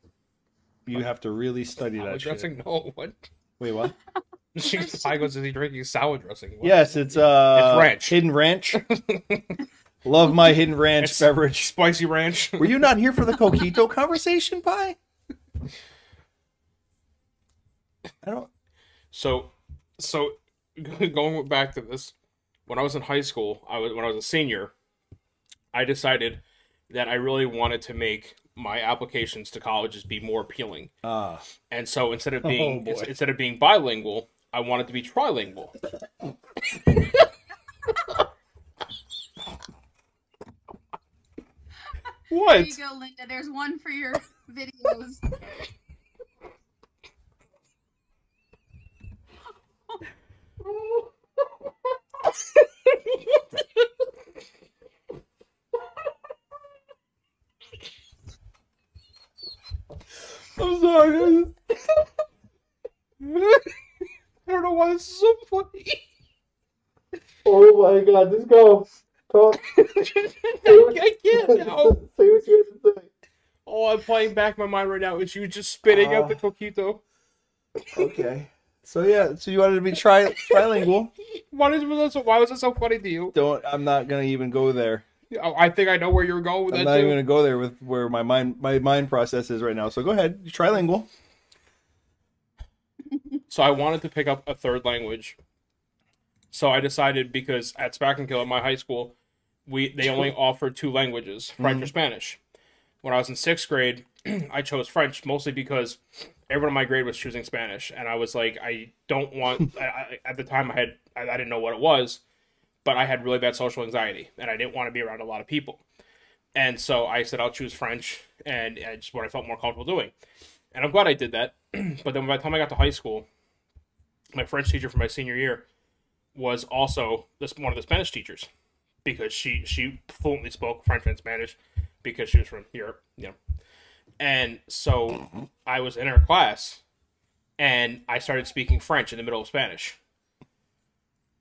Speaker 2: You have to really study
Speaker 3: Salad
Speaker 2: that shit.
Speaker 3: dressing? (laughs) No, what?
Speaker 2: Wait, what?
Speaker 3: She I goes, is he drinking salad dressing? What?
Speaker 2: yes, it's uh,
Speaker 3: It's ranch.
Speaker 2: Hidden
Speaker 3: (laughs)
Speaker 2: ranch. Love my hidden ranch
Speaker 3: It's-
Speaker 2: beverage.
Speaker 3: spicy ranch.
Speaker 2: Were you not here for the coquito conversation, Pie? I don't.
Speaker 3: So, so (laughs) going back to this, when I was in high school, I was when I was a senior, I decided that I really wanted to make my applications to colleges be more appealing.
Speaker 2: Ah, Oh,
Speaker 3: And so instead
Speaker 2: (laughs)
Speaker 3: of being
Speaker 2: boy.
Speaker 3: ins- instead of being bilingual, I wanted to
Speaker 2: (laughs)
Speaker 3: be trilingual.
Speaker 4: There
Speaker 2: what?
Speaker 4: you go, Linda. There's one
Speaker 2: (laughs)
Speaker 4: for your videos. (laughs)
Speaker 2: I'm sorry. (laughs)
Speaker 3: I don't know why this is so funny.
Speaker 2: Oh my god, just go.
Speaker 3: (laughs)
Speaker 2: Talk.
Speaker 3: I
Speaker 2: (laughs)
Speaker 3: can't now.
Speaker 2: Say what you have to say. Ah.
Speaker 3: All I'm playing back in my mind right now is you just spitting out the coquito.
Speaker 2: Okay. So yeah, so you wanted to be tri- trilingual?
Speaker 3: Why, did, was that so- why was it so funny to you?
Speaker 2: Don't. I'm not gonna even go there.
Speaker 3: I I think I know where you're going with
Speaker 2: I'm
Speaker 3: that.
Speaker 2: not
Speaker 3: too.
Speaker 2: even gonna go there with where my mind my mind process is right now. So go ahead, trilingual.
Speaker 3: So I wanted to pick up a third language. So I decided because at Spack and Kill at my high school, we they only offered two languages, French or Spanish. When I was in sixth grade, (clears throat) I chose French mostly because everyone in my grade was choosing Spanish, and I was like, I don't want. I, I, at the time, I had I, I didn't know what it was, but I had really bad social anxiety, and I didn't want to be around a lot of people. And so I said I'll choose French, and and it's what I felt more comfortable doing. And I'm glad I did that. (clears throat) but then by the time I got to high school, my French teacher for my senior year was also this one of the Spanish teachers because she she fluently spoke French and Spanish, because she was from Europe, you know. And so I was in her class and I started speaking French in the middle of Spanish.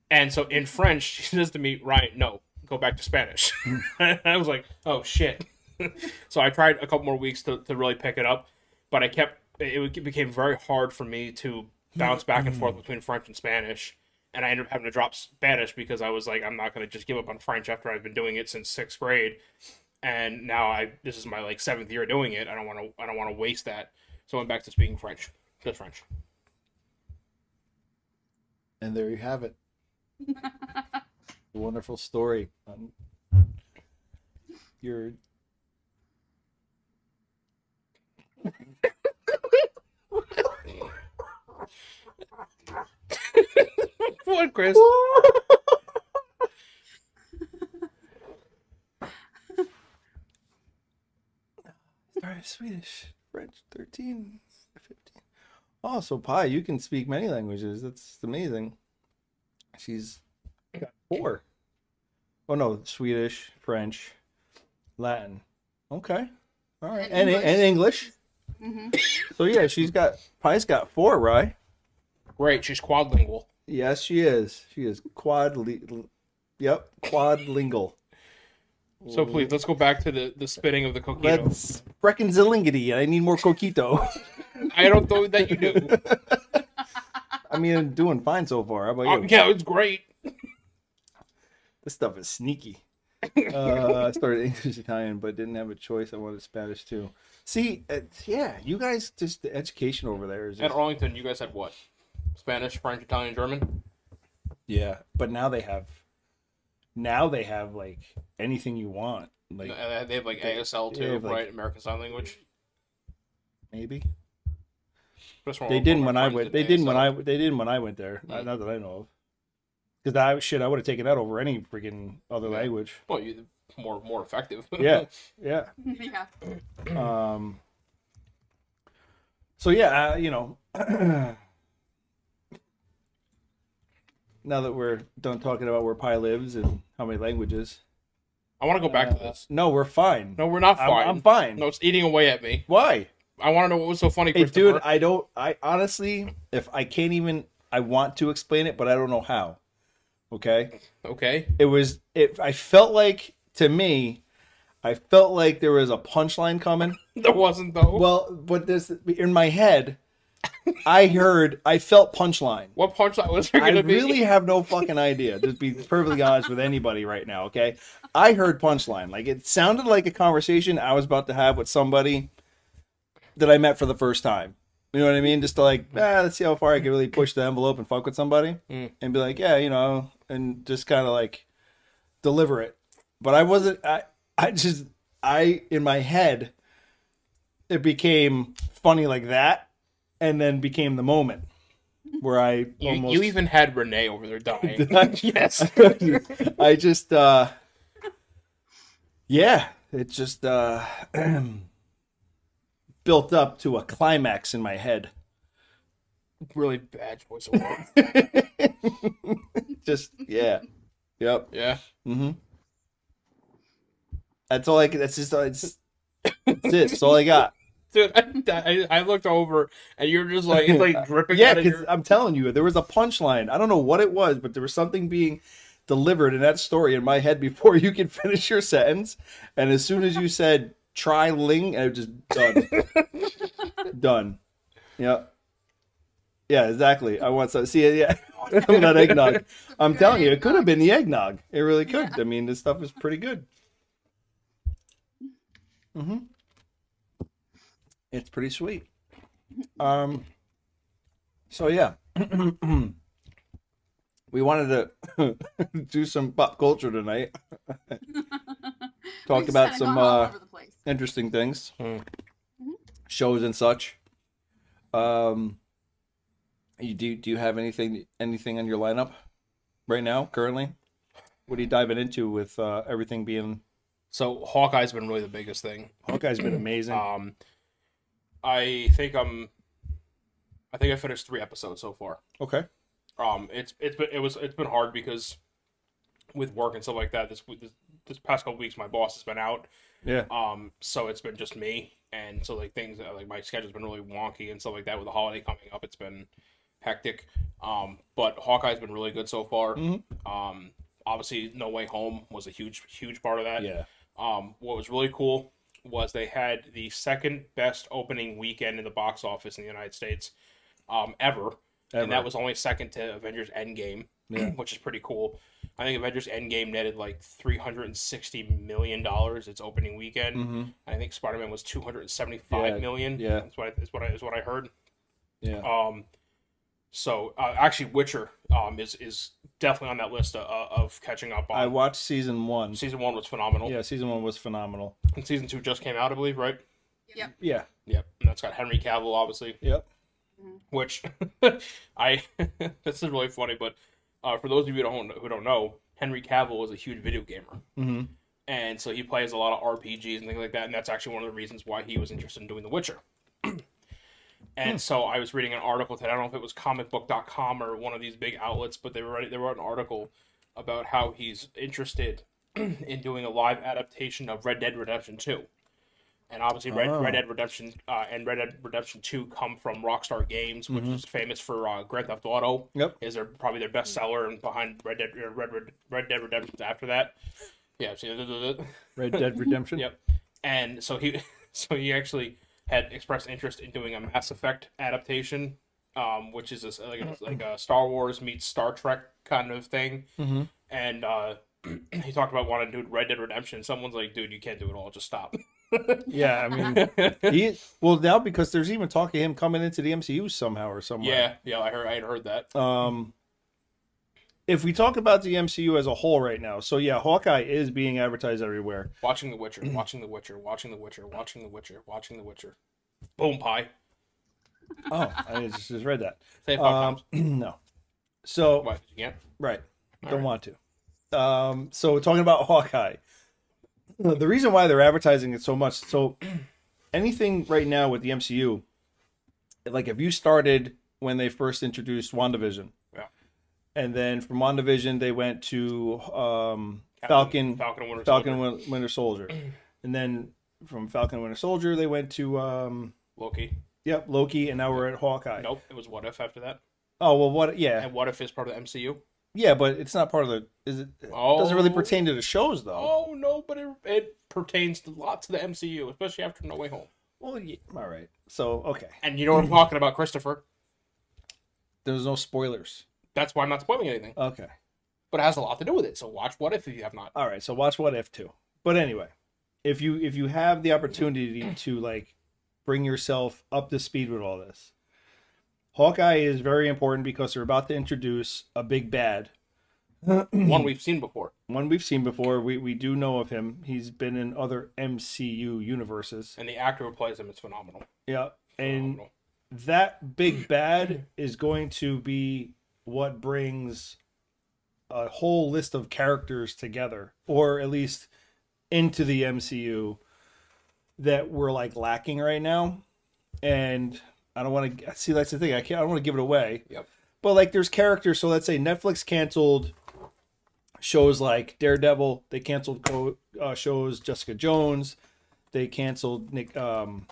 Speaker 3: And so in French, (laughs) she says to me, Ryan, no, go back to Spanish. (laughs) and I was like, oh shit. (laughs) so I tried a couple more weeks to, to really pick it up, but I kept, it became very hard for me to bounce back and forth between French and Spanish. And I ended up having to drop Spanish because I was like, I'm not going to just give up on French after I've been doing it since sixth grade. And now I, this is my like seventh year doing it. I don't want to, I don't want to waste that. So I went back to speaking French, just French.
Speaker 5: And there you have it. Wonderful story. Um, your
Speaker 3: What, Chris?
Speaker 2: (laughs) Sorry, Swedish, French, 13, 15. Oh, so Pi, you can speak many languages. That's amazing. She's got four. Oh, no, Swedish, French, Latin. Okay. All right. And
Speaker 4: And
Speaker 2: English. And, English. Mm-hmm.
Speaker 4: hmm
Speaker 2: So, yeah, she's got, Pi's got four, right?
Speaker 3: Great. She's quadlingual.
Speaker 2: Yes, she is. She is quad, yep, quadlingual.
Speaker 3: So please, let's go back to the, the spitting of the coquito.
Speaker 2: Let's reckon Zilingity. I need more Coquito.
Speaker 3: I don't know that you do.
Speaker 2: (laughs) I mean, I'm doing fine so far. How about you?
Speaker 3: Oh, yeah, it's great.
Speaker 2: (laughs) This stuff is sneaky. uh, I started English, Italian, but didn't have a choice. I wanted Spanish too. See, uh, yeah, you guys just the education over there is
Speaker 3: At
Speaker 2: just,
Speaker 3: Arlington, you guys had what? Spanish, French, Italian, German.
Speaker 2: yeah. But now they have, now they have like anything you want. Like
Speaker 3: Uh, They have like ASL
Speaker 2: they
Speaker 3: too,
Speaker 2: have, like-
Speaker 3: right? American Sign Language.
Speaker 2: maybe
Speaker 3: That's where
Speaker 2: they
Speaker 3: all
Speaker 2: didn't
Speaker 3: my
Speaker 2: when I
Speaker 3: friends
Speaker 2: went.
Speaker 3: did
Speaker 2: They didn't when
Speaker 3: ASL.
Speaker 2: I. They didn't when I went there. Not, not that I know of. Because I shit, I would have taken that over any freaking other
Speaker 3: Yeah.
Speaker 2: language.
Speaker 3: Well, you more more effective. (laughs)
Speaker 2: Yeah, yeah.
Speaker 4: yeah.
Speaker 2: Um. So yeah, uh, you know, (clears throat) now that we're done talking about where Pi lives and how many languages,
Speaker 3: I want to go back to
Speaker 2: uh,
Speaker 3: this.
Speaker 2: No, we're fine.
Speaker 3: No, we're not
Speaker 2: I'm,
Speaker 3: fine.
Speaker 2: I'm fine.
Speaker 3: No, it's eating away at me.
Speaker 2: Why?
Speaker 3: I want to know what was so funny,
Speaker 2: Hey,
Speaker 3: Christopher.
Speaker 2: dude, I don't. I honestly, if I can't even, I want to explain it, but I don't know how. Okay.
Speaker 3: Okay. (laughs)
Speaker 2: it was it i felt like to me i felt like there was a punchline coming
Speaker 3: There wasn't though.
Speaker 2: well but this in my head i heard i felt punchline
Speaker 3: what punchline was (laughs) there
Speaker 2: i
Speaker 3: going to be?
Speaker 2: really have no fucking idea to be perfectly honest with anybody right now okay i heard punchline like it sounded like a conversation i was about to have with somebody that i met for the first time you know what i mean just to like ah, let's see how far i can really push the envelope and fuck with somebody
Speaker 3: Mm.
Speaker 2: and be like yeah you know and just kind of like deliver it but I wasn't. I I just I in my head, it became funny like that, and then became the moment where I
Speaker 3: You,
Speaker 2: almost.
Speaker 3: you even had Renee over
Speaker 2: (laughs)
Speaker 3: there dying. (laughs)
Speaker 2: yes. (laughs) I just uh, yeah, it just uh, (clears throat) built up to a climax in my head. (laughs)
Speaker 3: really bad choice of words.
Speaker 2: Just yeah, yep.
Speaker 3: yeah.
Speaker 2: Mm-hmm. That's all I. c- That's just. It's, that's it. That's all I got.
Speaker 3: Dude, I, I, I looked over and you're just like it's like
Speaker 2: (laughs)
Speaker 3: dripping
Speaker 2: Yeah,
Speaker 3: out of
Speaker 2: because
Speaker 3: your.
Speaker 2: I'm telling you, there was a punchline. I don't know what it was, but there was something being delivered in that story in my head (laughs) before you could finish your sentence. And as soon as you said "try ling," I was just done, done. Yeah, yeah, exactly. I want some. See, yeah, (laughs) I'm not eggnog. I'm telling you, it could have been the eggnog. It really could. I mean, this stuff is pretty good. Mm-hmm. It's pretty sweet. Um. So yeah, (clears throat) we wanted to (laughs) do some pop culture tonight. Talked
Speaker 4: We've
Speaker 2: about
Speaker 4: kinda
Speaker 2: some
Speaker 4: gone all
Speaker 2: uh,
Speaker 4: over the place.
Speaker 2: interesting things,
Speaker 3: Hmm.
Speaker 2: shows and such. Um, you do do you have anything anything on your lineup right now currently? What are you diving into with uh, everything being?
Speaker 3: So Hawkeye's been really the biggest thing.
Speaker 2: Hawkeye's been (clears throat) amazing.
Speaker 3: Um, I think I'm. I think I finished three episodes so far.
Speaker 2: okay,
Speaker 3: Um, it's it's been it was it's been hard because with work and stuff like that. This this, this past couple weeks, my boss has been out,
Speaker 2: Yeah.
Speaker 3: um, so it's been just me, and so like things uh, like my schedule's been really wonky and stuff like that. With the holiday coming up, it's been hectic. Um, but Hawkeye's been really good so far.
Speaker 2: Mhm.
Speaker 3: Um, obviously, No Way Home was a huge huge part of that.
Speaker 2: Yeah.
Speaker 3: Um, what was really cool was they had the second best opening weekend in the box office in the United States um, ever,
Speaker 2: Ever.
Speaker 3: and that was only second to Avengers Endgame,
Speaker 2: Yeah.
Speaker 3: (clears throat) which is pretty cool. I think Avengers Endgame netted like three hundred and sixty million dollars its opening weekend.
Speaker 2: Mhm.
Speaker 3: I think Spider Man was two hundred and seventy five
Speaker 2: Yeah,
Speaker 3: million.
Speaker 2: yeah.
Speaker 3: that's what I, that's what I, is what I heard.
Speaker 2: Yeah.
Speaker 3: Um, so uh, actually, Witcher um is is definitely on that list of, of catching up on.
Speaker 2: I watched season one.
Speaker 3: Season one was phenomenal,
Speaker 2: Yeah, season one was phenomenal.
Speaker 3: and season two just came out, I believe, right?
Speaker 2: Yeah.
Speaker 3: Yep, and that's got Henry Cavill, obviously.
Speaker 2: Yep.
Speaker 3: Which (laughs) I (laughs) this is really funny, but uh, for those of you who don't who don't know, Henry Cavill is a huge video gamer,
Speaker 2: Mm-hmm.
Speaker 3: and so he plays a lot of RPGs and things like that, and that's actually one of the reasons why he was interested in doing The Witcher. (clears throat) and so I was reading an article today. I don't know if it was ComicBook.com or one of these big outlets, but they wrote they wrote an article about how he's interested (clears throat) in doing a live adaptation of Red Dead Redemption Two. And obviously, Red,
Speaker 2: Oh.
Speaker 3: Red Dead Redemption uh, and Red Dead Redemption Two come from Rockstar Games, which is famous for uh, Grand Theft Auto.
Speaker 2: Yep.
Speaker 3: Is their probably their best seller, and behind Red Dead or Red, Red Red Dead Redemption after that. Yeah. See,
Speaker 5: Red
Speaker 2: (laughs)
Speaker 5: Dead Redemption.
Speaker 3: Yep. And so he (laughs) so he actually had expressed interest in doing a Mass Effect adaptation, um, which is this, like a, like a Star Wars meets Star Trek kind of thing.
Speaker 2: Mhm.
Speaker 3: And uh, (clears throat) he talked about wanting to do Red Dead Redemption. Someone's like, "Dude, you can't do it all. Just stop."
Speaker 2: Yeah, I mean, (laughs) he well now because there's even talk of him coming into the MCU somehow or somewhere.
Speaker 3: yeah, yeah, I heard I had heard that.
Speaker 2: Yeah. Um, if we talk about the MCU as a whole right now, so yeah, Hawkeye is being advertised everywhere.
Speaker 3: Watching
Speaker 2: (clears throat)
Speaker 3: The Witcher, watching The Witcher, watching The Witcher, watching The Witcher, watching The Witcher. Boom pie.
Speaker 2: Oh, I just, just read that.
Speaker 3: Say it five
Speaker 2: Um,
Speaker 3: times.
Speaker 2: (clears throat) no, so
Speaker 3: Why? 'Cause You can't.
Speaker 2: right,
Speaker 3: All
Speaker 2: don't
Speaker 3: right.
Speaker 2: want to. Um, so talking about Hawkeye, the reason why they're advertising it so much, so (clears throat) anything right now with the MCU, like if you started when they first introduced WandaVision,
Speaker 3: Yeah.
Speaker 2: and then from WandaVision they went to um, Falcon,
Speaker 3: Captain- Falcon, and Winter
Speaker 2: Falcon
Speaker 3: Soldier.
Speaker 2: and Win- Winter
Speaker 3: (clears throat)
Speaker 2: Soldier, and then from Falcon and Winter Soldier they went to um,
Speaker 3: Loki.
Speaker 2: yep Loki, and now we're at Hawkeye.
Speaker 3: Nope, it was What If after that.
Speaker 2: Oh well, what? Yeah,
Speaker 3: And What If is part of the MCU.
Speaker 2: yeah, but it's not part of the. Is it? it doesn't really
Speaker 3: Oh.
Speaker 2: pertain to the shows though.
Speaker 3: Oh no, but it, it pertains to lot to the MCU, especially after No Way Home.
Speaker 2: Well, yeah, all right. So okay,
Speaker 3: And you know
Speaker 2: (clears throat)
Speaker 3: what I'm talking about, Christopher.
Speaker 2: there's no spoilers.
Speaker 3: That's why I'm not spoiling anything.
Speaker 2: Okay.
Speaker 3: But it has a lot to do with it. So watch What If if you
Speaker 2: (clears throat)
Speaker 3: have not.
Speaker 2: all right so watch what if too but anyway if you if you have the opportunity to like bring yourself up to speed with all this hawkeye is very important because they're about to introduce a big bad
Speaker 3: One we've seen before.
Speaker 2: one we've seen before we, we do know of him he's been in other mcu universes
Speaker 3: And the actor who plays him is phenomenal.
Speaker 2: yeah and
Speaker 3: Phenomenal.
Speaker 2: that big bad is going to be what brings a whole list of characters together or at least into the MCU that we're like lacking right now and I don't want to see that's the thing I can't I don't want to give it away
Speaker 3: Yep.
Speaker 2: but like there's characters so let's say Netflix canceled shows like Daredevil they canceled co- uh, shows Jessica Jones they canceled Nick um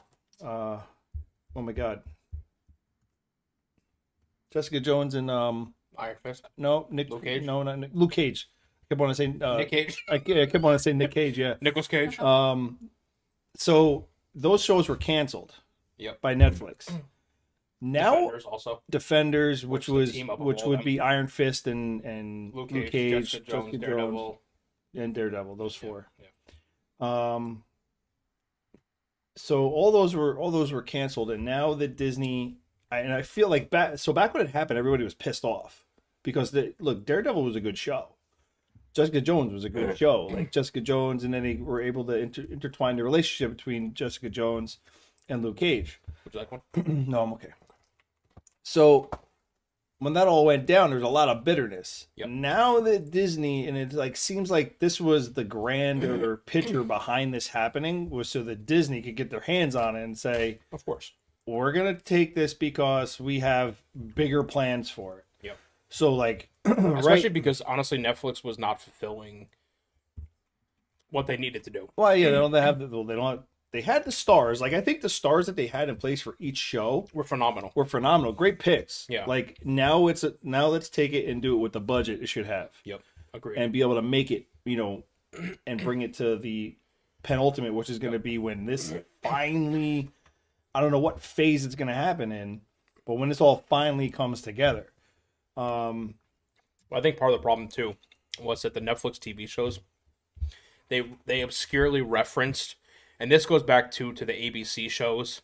Speaker 2: uh oh my god Jessica Jones and um
Speaker 3: Iron Fist.
Speaker 2: no Nick
Speaker 3: Luke Cage?
Speaker 2: no not Nick, Luke Cage I kept on saying uh,
Speaker 3: Nick Cage.
Speaker 2: I, ke- I kept on saying Nick Cage yeah
Speaker 3: Nicholas Cage.
Speaker 2: um so those shows were canceled
Speaker 3: Yep.
Speaker 2: by Netflix now
Speaker 3: Defenders also.
Speaker 2: Defenders,
Speaker 3: Which
Speaker 2: which
Speaker 3: is a
Speaker 2: was
Speaker 3: team up of
Speaker 2: which
Speaker 3: all
Speaker 2: would
Speaker 3: them.
Speaker 2: be Iron Fist and and
Speaker 3: Luke
Speaker 2: Luke,
Speaker 3: Cage,
Speaker 2: Cage,
Speaker 3: Jessica Jones, Daredevil.
Speaker 2: and Daredevil. Those four.
Speaker 3: Yeah.
Speaker 2: Um. So all those were all those were canceled, and now that Disney, I, and I feel like back so back when it happened, everybody was pissed off because the look Daredevil was a good show. Jessica Jones was a
Speaker 3: (clears throat)
Speaker 2: good show. Like Jessica Jones, and then they were able to inter- intertwine the relationship between Jessica Jones and Luke Cage.
Speaker 3: Would you like one?
Speaker 2: No, I'm okay. So when that all went down, there's a lot of bitterness.
Speaker 3: Yep.
Speaker 2: Now that Disney and it like seems like this was the
Speaker 3: (clears throat)
Speaker 2: grander picture behind this happening was so that Disney could get their hands on it and say,
Speaker 3: Of course.
Speaker 2: we're gonna take this because we have bigger plans for it.
Speaker 3: Yep.
Speaker 2: So like (clears throat)
Speaker 3: especially
Speaker 2: (laughs) right?
Speaker 3: because honestly, Netflix was not fulfilling what they needed to do.
Speaker 2: Well, yeah, they
Speaker 3: (clears throat)
Speaker 2: don't have the, they don't have, they had the stars. Like I think the stars that they had in place for each show
Speaker 3: We're phenomenal.
Speaker 2: were phenomenal. Great picks.
Speaker 3: Yeah.
Speaker 2: Like now it's a, now let's take it and do it with the budget it should have
Speaker 3: Yep, agreed.
Speaker 2: and be able to make it, you know, and bring it to the penultimate, which is going to be when this finally I don't know what phase it's going to happen in, but when this all finally comes together. Um
Speaker 3: I think part of the problem too was that the Netflix TV shows they they obscurely referenced, and this goes back to to the ABC shows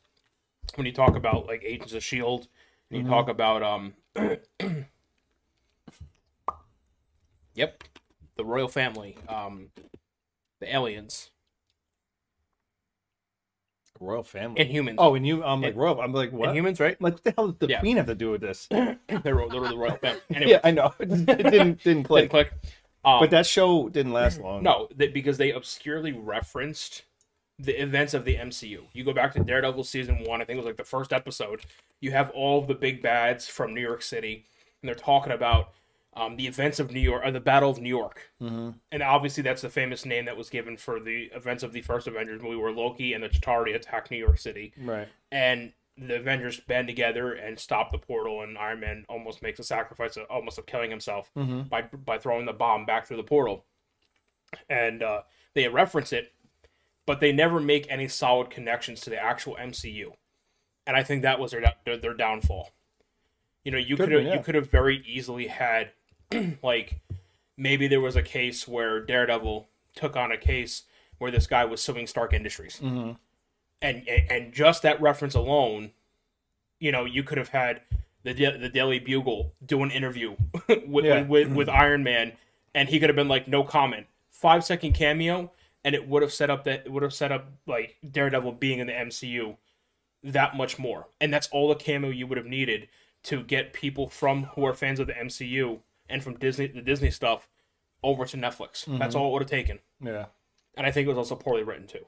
Speaker 3: when you talk about like Agents of Shield, and E
Speaker 2: Mm-hmm.
Speaker 3: you talk about um, (clears throat) yep, the royal family, um, the aliens,
Speaker 2: royal family.
Speaker 3: Inhumans.
Speaker 2: Oh, and you I'm like royal. I'm like what?
Speaker 3: Inhumans, right?
Speaker 2: like what the hell did the
Speaker 3: Yeah.
Speaker 2: queen have to do with this?
Speaker 3: they were literally the royal family.
Speaker 2: (laughs)
Speaker 3: Anyway,
Speaker 2: yeah, I know. It didn't (laughs) didn't click.
Speaker 3: didn't click. Um,
Speaker 2: But that show didn't last long.
Speaker 3: No, that because they obscurely referenced the events of the MCU. You go back to Daredevil season one, I think it was like the first episode. You have all the big bads from New York City, and they're talking about um, the events of New York, or the Battle of New York. Mm-hmm. And obviously, that's the famous name that was given for the events of the first Avengers movie, where Loki and the Chitauri attacked New York City
Speaker 2: Right.
Speaker 3: and the Avengers band together and stop the portal, and Iron Man almost makes a sacrifice, of, almost of killing himself
Speaker 2: Mm-hmm.
Speaker 3: by by throwing the bomb back through the portal. And uh, they reference it, but they never make any solid connections to the actual MCU, and I think that was their their, their downfall. You know, you
Speaker 2: Could
Speaker 3: could
Speaker 2: be,
Speaker 3: have
Speaker 2: yeah.
Speaker 3: you could have very easily had (clears throat) like maybe there was a case where Daredevil took on a case where this guy was suing Stark Industries and and and just that reference alone, you know, you could have had the Da- the Daily Bugle do an interview (laughs) with,
Speaker 2: Yeah.
Speaker 3: with with Iron Man, and he could have been like, no comment, five second cameo, and it would have set up that it would have set up like Daredevil being in the MCU that much more, and that's all the cameo you would have needed to get people from who are fans of the MCU and from Disney the Disney stuff over to Netflix. That's all it would have taken,
Speaker 2: Yeah.
Speaker 3: and I think it was also poorly written too.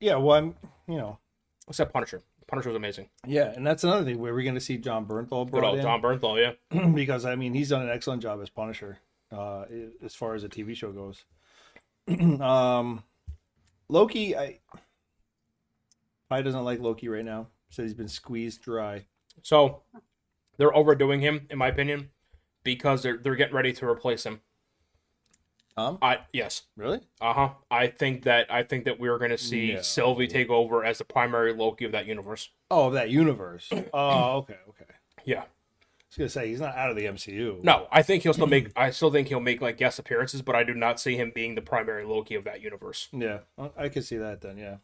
Speaker 2: Yeah, well, I'm, you know,
Speaker 3: Except Punisher, Punisher was amazing.
Speaker 2: yeah, and that's another thing. Where we're going to see John Bernthal
Speaker 3: Good
Speaker 2: brought
Speaker 3: old John Bernthal, yeah.
Speaker 2: in (clears throat) because I mean he's done an excellent job as Punisher, uh, i- as far as a TV show goes. (clears throat) um, Loki, I, I doesn't like Loki right now. Said he's been squeezed dry.
Speaker 3: So they're overdoing him, in my opinion, because they're they're getting ready to replace him.
Speaker 2: Um,
Speaker 3: I yes.
Speaker 2: really?
Speaker 3: Uh huh. I think that I think that we are going to see
Speaker 2: No.
Speaker 3: Sylvie take over as the primary Loki of that universe.
Speaker 2: Oh, that universe. oh, okay, okay. I
Speaker 3: Yeah.
Speaker 2: was gonna say he's not out of the MCU.
Speaker 3: No, I think he'll still make. I still think he'll make like guest appearances, but I do not see him being the primary Loki of that universe.
Speaker 2: Yeah, I- I could see that then. Yeah.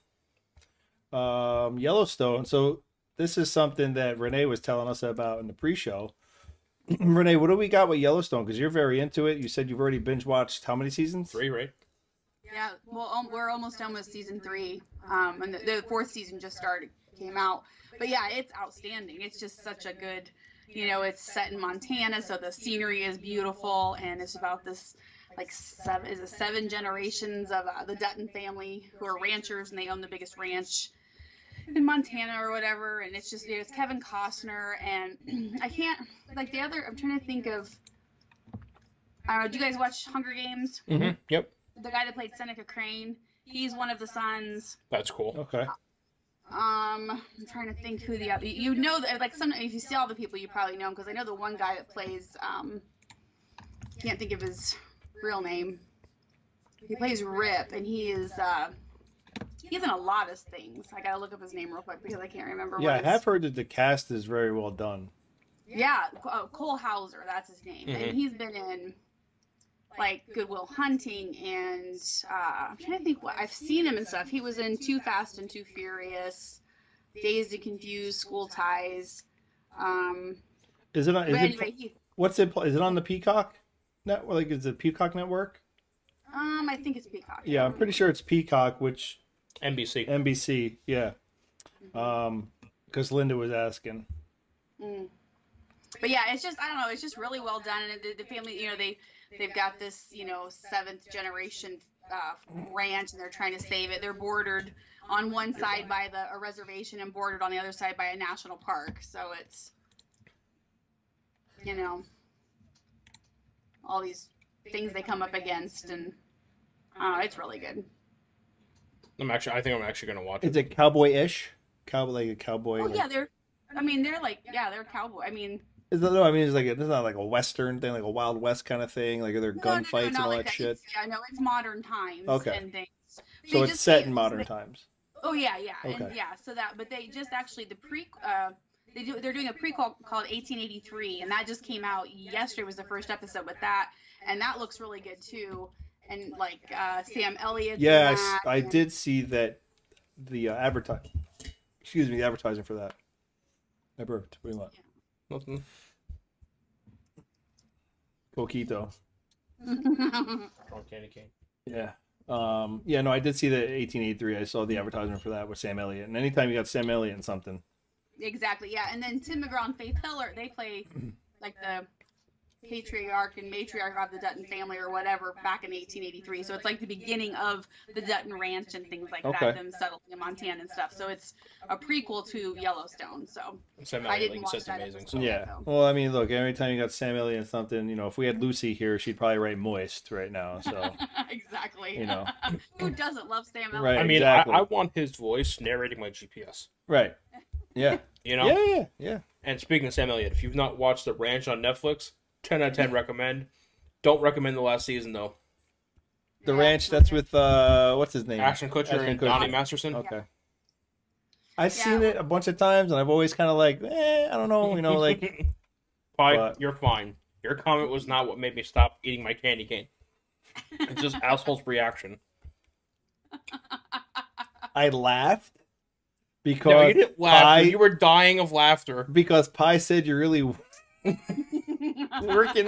Speaker 2: Um, Yellowstone. So this is something that Renee was telling us about in the pre-show. (clears throat) Renee, what do we got with Yellowstone? Because you're very into it. You said you've already binge watched how many seasons?
Speaker 3: Three, right?
Speaker 4: Yeah, well, um, we're almost done with season three, um, and the, the fourth season just started, came out. But yeah, it's outstanding. It's just such a good, you know, it's set in Montana, so the scenery is beautiful, and it's about this, like seven is it seven generations of uh, the Dutton family who are ranchers, and they own the biggest ranch in Montana or whatever. And it's just you know, it's Kevin Costner, and (clears throat) I can't like the other. I'm trying to think of. I don't know. Do you guys watch Hunger Games?
Speaker 3: Mm-hmm. Yep.
Speaker 4: the guy that played Seneca Crane. He's one of the sons.
Speaker 3: That's cool.
Speaker 2: Okay.
Speaker 4: Um, I'm trying to think who the other. You know, that like some if you see all the people, you probably know him because I know the one guy that plays. Um, can't think of his real name. He plays Rip, and he is. Uh, he's in a lot of things. I gotta look up his name real quick because I can't remember.
Speaker 2: Yeah, I
Speaker 4: what his-
Speaker 2: have heard that the cast is very well done.
Speaker 4: yeah, uh, Cole Hauser, that's his name,
Speaker 3: Mhm.
Speaker 2: Mm-hmm.
Speaker 4: and he's been in like Goodwill Hunting, and uh, I'm trying to think what I've seen him and stuff. He was in Too Fast and Too Furious, Dazed and Confused, School Ties. Um,
Speaker 2: Is it on?
Speaker 4: but
Speaker 2: Is
Speaker 4: anyway,
Speaker 2: it?
Speaker 4: he,
Speaker 2: What's it? Is it on the Peacock? Net like is it Peacock Network?
Speaker 4: um, I think it's Peacock.
Speaker 2: Yeah, I'm pretty sure it's Peacock, which
Speaker 3: NBC.
Speaker 2: NBC. Yeah.
Speaker 4: Mm-hmm.
Speaker 2: Um, because Linda was asking.
Speaker 4: Mm. But yeah, it's just I don't know. It's just really well done, and the, the family, you know, they they've got this, you know, seventh generation uh, ranch, and they're trying to save it. They're bordered on one side by the a reservation, and bordered on the other side by a national park. So it's, you know, all these things they come up against, and uh, it's really good.
Speaker 3: I'm actually. I think I'm actually gonna watch it.
Speaker 2: Is it cowboy-ish? Cowboy, like a cowboy.
Speaker 4: Oh
Speaker 2: like-
Speaker 4: yeah, they're. I mean, they're like yeah, they're cowboy. I mean,
Speaker 2: Is that, no, I mean, it's like it's not like a western thing, like a Wild West kind of thing. Like are there
Speaker 4: no, no, no,
Speaker 2: gunfights and
Speaker 4: not
Speaker 2: all
Speaker 4: like
Speaker 2: that shit?
Speaker 4: It's- Yeah, no, it's modern times
Speaker 2: Okay.
Speaker 4: and things.
Speaker 2: So
Speaker 4: They
Speaker 2: it's
Speaker 4: just
Speaker 2: set
Speaker 4: say-
Speaker 2: in modern times.
Speaker 4: Oh yeah, yeah, and
Speaker 2: Okay.
Speaker 4: yeah. So that, but they just actually the pre, uh, they do they're doing a prequel called 1883, and that just came out yesterday. Was the first episode with that, and that looks really good too. And like uh, Sam Elliott.
Speaker 2: Yeah, I s- I, did see that the uh, advertising. Excuse me, the advertising for that.
Speaker 5: I burped. What do you want?
Speaker 3: Nothing.
Speaker 2: Coquito.
Speaker 4: (laughs)
Speaker 3: Oh, candy cane.
Speaker 2: Yeah. Um, yeah, no, I did see the 1883. I saw the advertisement for that with Sam Elliott. And anytime you got Sam Elliott in something,
Speaker 4: exactly, yeah. And then Tim McGraw and Faith Hiller, they
Speaker 2: (clears throat)
Speaker 4: play like the patriarch and matriarch of the Dutton family or whatever back in 1883. So it's like the beginning of the Dutton Ranch and things like
Speaker 2: Okay.
Speaker 4: that, them settling in Montana and stuff. So it's a prequel to Yellowstone. So. (laughs)
Speaker 3: Sam
Speaker 4: I
Speaker 3: Elliott,
Speaker 4: didn't
Speaker 3: like you
Speaker 4: watch
Speaker 3: said, it's
Speaker 4: that
Speaker 3: amazing. So.
Speaker 4: episode.
Speaker 2: yeah.
Speaker 4: so.
Speaker 2: Well, I mean, look, anytime you got Sam Elliott in something, you know, if we had Lucy here, she'd probably write moist right now. So
Speaker 4: (laughs) exactly.
Speaker 2: You know.
Speaker 4: (laughs) who doesn't love Sam Elliott?
Speaker 2: Right.
Speaker 3: I mean,
Speaker 2: Exactly.
Speaker 3: I, I want his voice narrating my GPS.
Speaker 2: right. Yeah.
Speaker 3: You know.
Speaker 2: Yeah, yeah, yeah.
Speaker 3: And speaking of Sam Elliott, if you've not watched The Ranch on Netflix, ten out of ten recommend. Don't recommend the last season though.
Speaker 2: The
Speaker 4: Yeah.
Speaker 2: ranch, that's
Speaker 4: (laughs)
Speaker 2: with uh what's his name?
Speaker 3: Ashton Kutcher
Speaker 2: Ashton
Speaker 3: and
Speaker 2: Kutcher.
Speaker 3: Donnie Masterson.
Speaker 2: Okay. I've
Speaker 4: Yeah.
Speaker 2: seen it a bunch of times and I've always kind of like, eh, I don't know, you know,
Speaker 3: (laughs)
Speaker 2: like
Speaker 3: Fine,
Speaker 2: But-
Speaker 3: you're fine. Your comment was not what made me stop eating my candy cane. It's
Speaker 2: (laughs)
Speaker 3: just asshole's reaction.
Speaker 2: I laughed because
Speaker 3: No, you didn't laugh.
Speaker 2: I-
Speaker 3: You were dying of laughter.
Speaker 2: because Pi said you're really working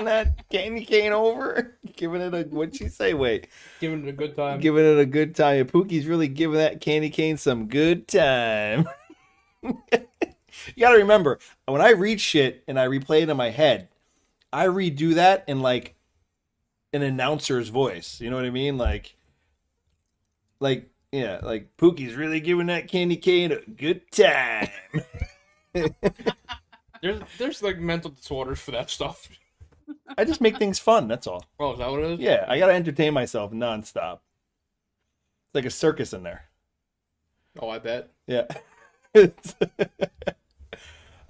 Speaker 2: that candy cane over, (laughs) giving it a what'd she say? Wait,
Speaker 3: Giving it a good time.
Speaker 2: giving it a good time. Pookie's really giving that candy cane some good time. (laughs) you gotta remember when I read shit and I replay it in my head, I redo that in like an announcer's voice. You know what I mean? Like, like yeah, like Pookie's really giving that candy cane a good time.
Speaker 3: There's there's like mental disorders for that stuff. (laughs)
Speaker 2: I just make things fun. That's all.
Speaker 3: Oh, is that what it is?
Speaker 2: Yeah, I gotta entertain myself nonstop. It's like a circus in there.
Speaker 3: Oh, I bet.
Speaker 2: Yeah. (laughs) I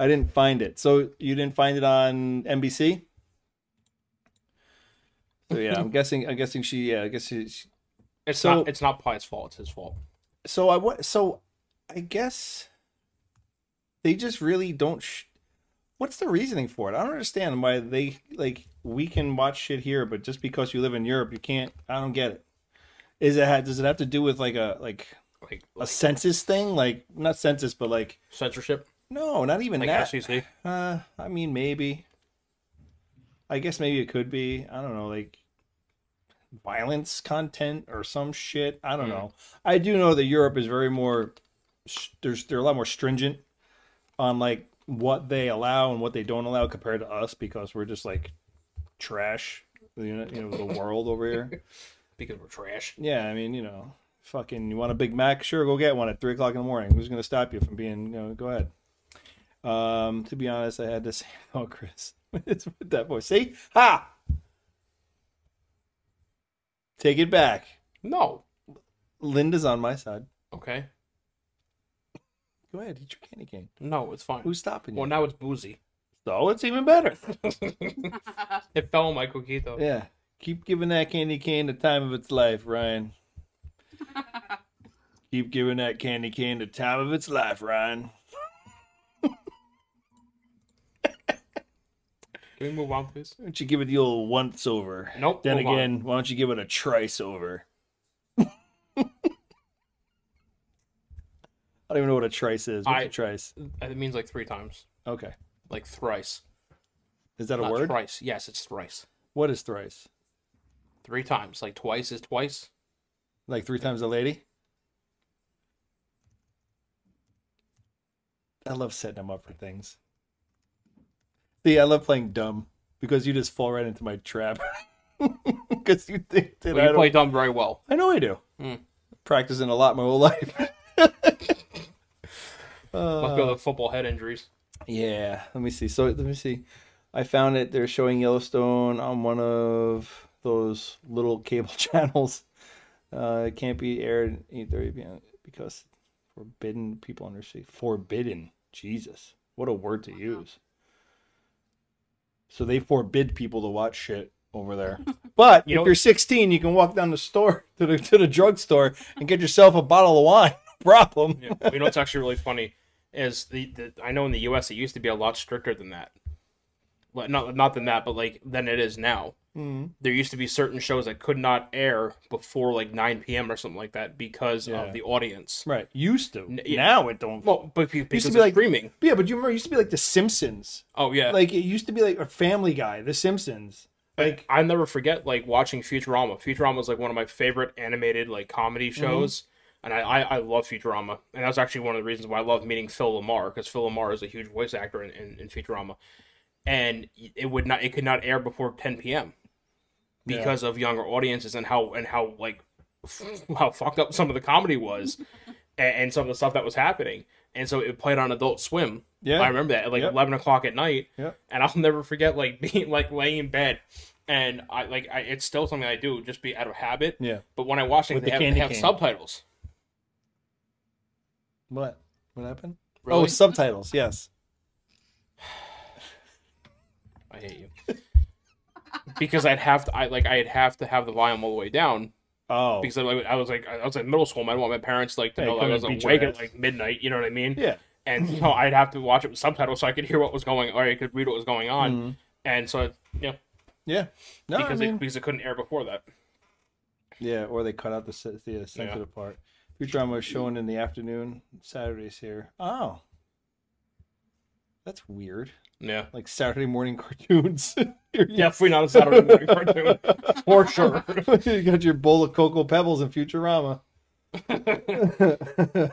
Speaker 2: didn't find it. So you didn't find it on NBC? So yeah,
Speaker 3: (laughs)
Speaker 2: I'm guessing. I'm guessing she. Yeah, I guess she. she-
Speaker 3: It's
Speaker 2: So-
Speaker 3: not it's not Pi's fault. It's his fault.
Speaker 2: So I what? So I guess they just really don't. Sh- What's the reasoning for it? I don't understand why they like we can watch shit here, but just because you live in Europe, you can't. I don't get it. Is it ha- does it have to do with like a like
Speaker 3: Like,
Speaker 2: a
Speaker 3: like
Speaker 2: census thing? Like not census, but like
Speaker 3: censorship.
Speaker 2: no, not even
Speaker 3: Like E
Speaker 2: that.
Speaker 3: SEC.
Speaker 2: Uh, I mean, maybe. I guess maybe it could be. I don't know, like violence content or some shit. I don't
Speaker 3: Hmm.
Speaker 2: know. I do know that Europe is very more. s- There's they're a lot more stringent on like what they allow and what they don't allow compared to us because we're just like trash. You know, you know the world over here.
Speaker 3: Because we're trash.
Speaker 2: Yeah, I mean, you know, fucking, you want a Big Mac? Sure, go get one at three o'clock in the morning. Who's gonna stop you from being? You know, go ahead. Um, to be honest, I had to (laughs) say, oh, Chris, it's with that voice. See, ha, take it back.
Speaker 3: No.
Speaker 2: Linda's on my side.
Speaker 3: Okay.
Speaker 2: Go ahead, eat your candy cane.
Speaker 3: No, it's fine.
Speaker 2: Who's stopping you?
Speaker 3: well, now it's boozy.
Speaker 2: so it's even better.
Speaker 3: It fell on my cookie though.
Speaker 2: (laughs) yeah, keep giving that candy cane the time of its life, Ryan. keep giving that candy cane the time of its life, Ryan.
Speaker 3: Can we move on, please?
Speaker 2: Why don't you give it the old once over?
Speaker 3: Nope,
Speaker 2: Then
Speaker 3: move on.
Speaker 2: again, why don't you give it a trice over? (laughs) I don't even know what a trice is. What's a
Speaker 3: I-
Speaker 2: trice?
Speaker 3: It means like three times,
Speaker 2: Okay.
Speaker 3: like thrice.
Speaker 2: Is that a
Speaker 3: Not
Speaker 2: word?
Speaker 3: Thrice. Yes, it's thrice.
Speaker 2: What is thrice?
Speaker 3: Three times. Like twice is twice.
Speaker 2: Like three times a lady? I love setting them up for things. See, I love playing dumb because you just fall right into my trap. (laughs) Because you think that
Speaker 3: But
Speaker 2: I
Speaker 3: you
Speaker 2: don't
Speaker 3: play dumb very well.
Speaker 2: I know I do.
Speaker 3: Mm.
Speaker 2: Practicing a lot my whole (laughs) life. Uh.
Speaker 3: Must be all the football head injuries.
Speaker 2: Yeah. Let me see. So let me see. I found it. They're showing Yellowstone on one of those little cable (laughs) channels. Uh, it can't be aired at 8:30 p.m. because forbidden people under six. Forbidden. Jesus, what a word to use. So they forbid people to watch shit over there. (laughs) But
Speaker 3: You
Speaker 2: if
Speaker 3: know-
Speaker 2: you're 16, you can walk down the store (laughs) to the to the drugstore and get yourself a bottle of wine. (laughs) No Problem.
Speaker 3: Yeah. (laughs) you know what's actually really funny is the, the I know in the U.S. it used to be a lot stricter than that. Well, not not than that, but like than it is now.
Speaker 2: Mhm.
Speaker 3: There used to be certain shows that could not air before like 9 p.m. or something like that because
Speaker 2: Yeah.
Speaker 3: of the audience.
Speaker 2: (laughs) Right. Used to.
Speaker 3: yeah.
Speaker 2: Now it don't.
Speaker 3: Well, but be- because
Speaker 2: to
Speaker 3: of
Speaker 2: be like-
Speaker 3: streaming.
Speaker 2: yeah, but you remember it used to be like The Simpsons.
Speaker 3: Oh yeah.
Speaker 2: Like it used to be like a Family Guy, The Simpsons. Like
Speaker 3: I never forget like watching Futurama. Futurama is like one of my favorite animated like comedy
Speaker 2: Mm-hmm.
Speaker 3: shows, and I, I I love Futurama, and that's actually one of the reasons why I love meeting Phil Lamar because Phil Lamar is a huge voice actor in, in, in Futurama, and it would not it could not air before 10 p.m. because of younger audiences and how and how like (laughs) f- how fucked up some of the comedy
Speaker 2: (laughs)
Speaker 3: was, and, and some of the stuff that was happening, and so it played on Adult Swim.
Speaker 2: Yeah.
Speaker 3: I remember that at like
Speaker 2: Yep.
Speaker 3: 11 o'clock at night
Speaker 2: Yep.
Speaker 3: and I'll (laughs) never forget like being like laying in bed, and I like I, it's still something I do just be out of habit.
Speaker 2: Yeah.
Speaker 3: But when I watch things,
Speaker 2: With
Speaker 3: they,
Speaker 2: the
Speaker 3: have, they
Speaker 2: candy
Speaker 3: have
Speaker 2: cane.
Speaker 3: subtitles.
Speaker 2: What? What happened? Oh,
Speaker 3: Really?
Speaker 2: subtitles. Yes.
Speaker 3: I hate you. (laughs) because I'd have to, I like I'd have to have the volume all the way down
Speaker 2: Oh.
Speaker 3: because I, I was like I was in middle school. and I didn't want my parents like to
Speaker 2: Hey,
Speaker 3: know that
Speaker 2: come
Speaker 3: I was
Speaker 2: and beat
Speaker 3: awake
Speaker 2: your
Speaker 3: at
Speaker 2: ass.
Speaker 3: like midnight. You know what I mean?
Speaker 2: Yeah.
Speaker 3: And you know I'd have to watch it with subtitles so I could hear what was going, or I could read what was going on. And so you know,
Speaker 2: Yeah. No,
Speaker 3: because
Speaker 2: Mm-hmm. I
Speaker 3: it,
Speaker 2: mean,
Speaker 3: because it couldn't air before that.
Speaker 2: yeah, or they cut out the se- the uh, sensitive part. Futurama is shown in the afternoon Saturdays here. Oh. That's weird.
Speaker 3: Yeah.
Speaker 2: Like Saturday morning (laughs) cartoons. You're-
Speaker 3: Yeah, free not a Saturday morning (laughs) cartoon
Speaker 2: (laughs)
Speaker 3: for sure.
Speaker 2: you got your bowl of cocoa pebbles and
Speaker 3: (laughs)
Speaker 2: Futurama.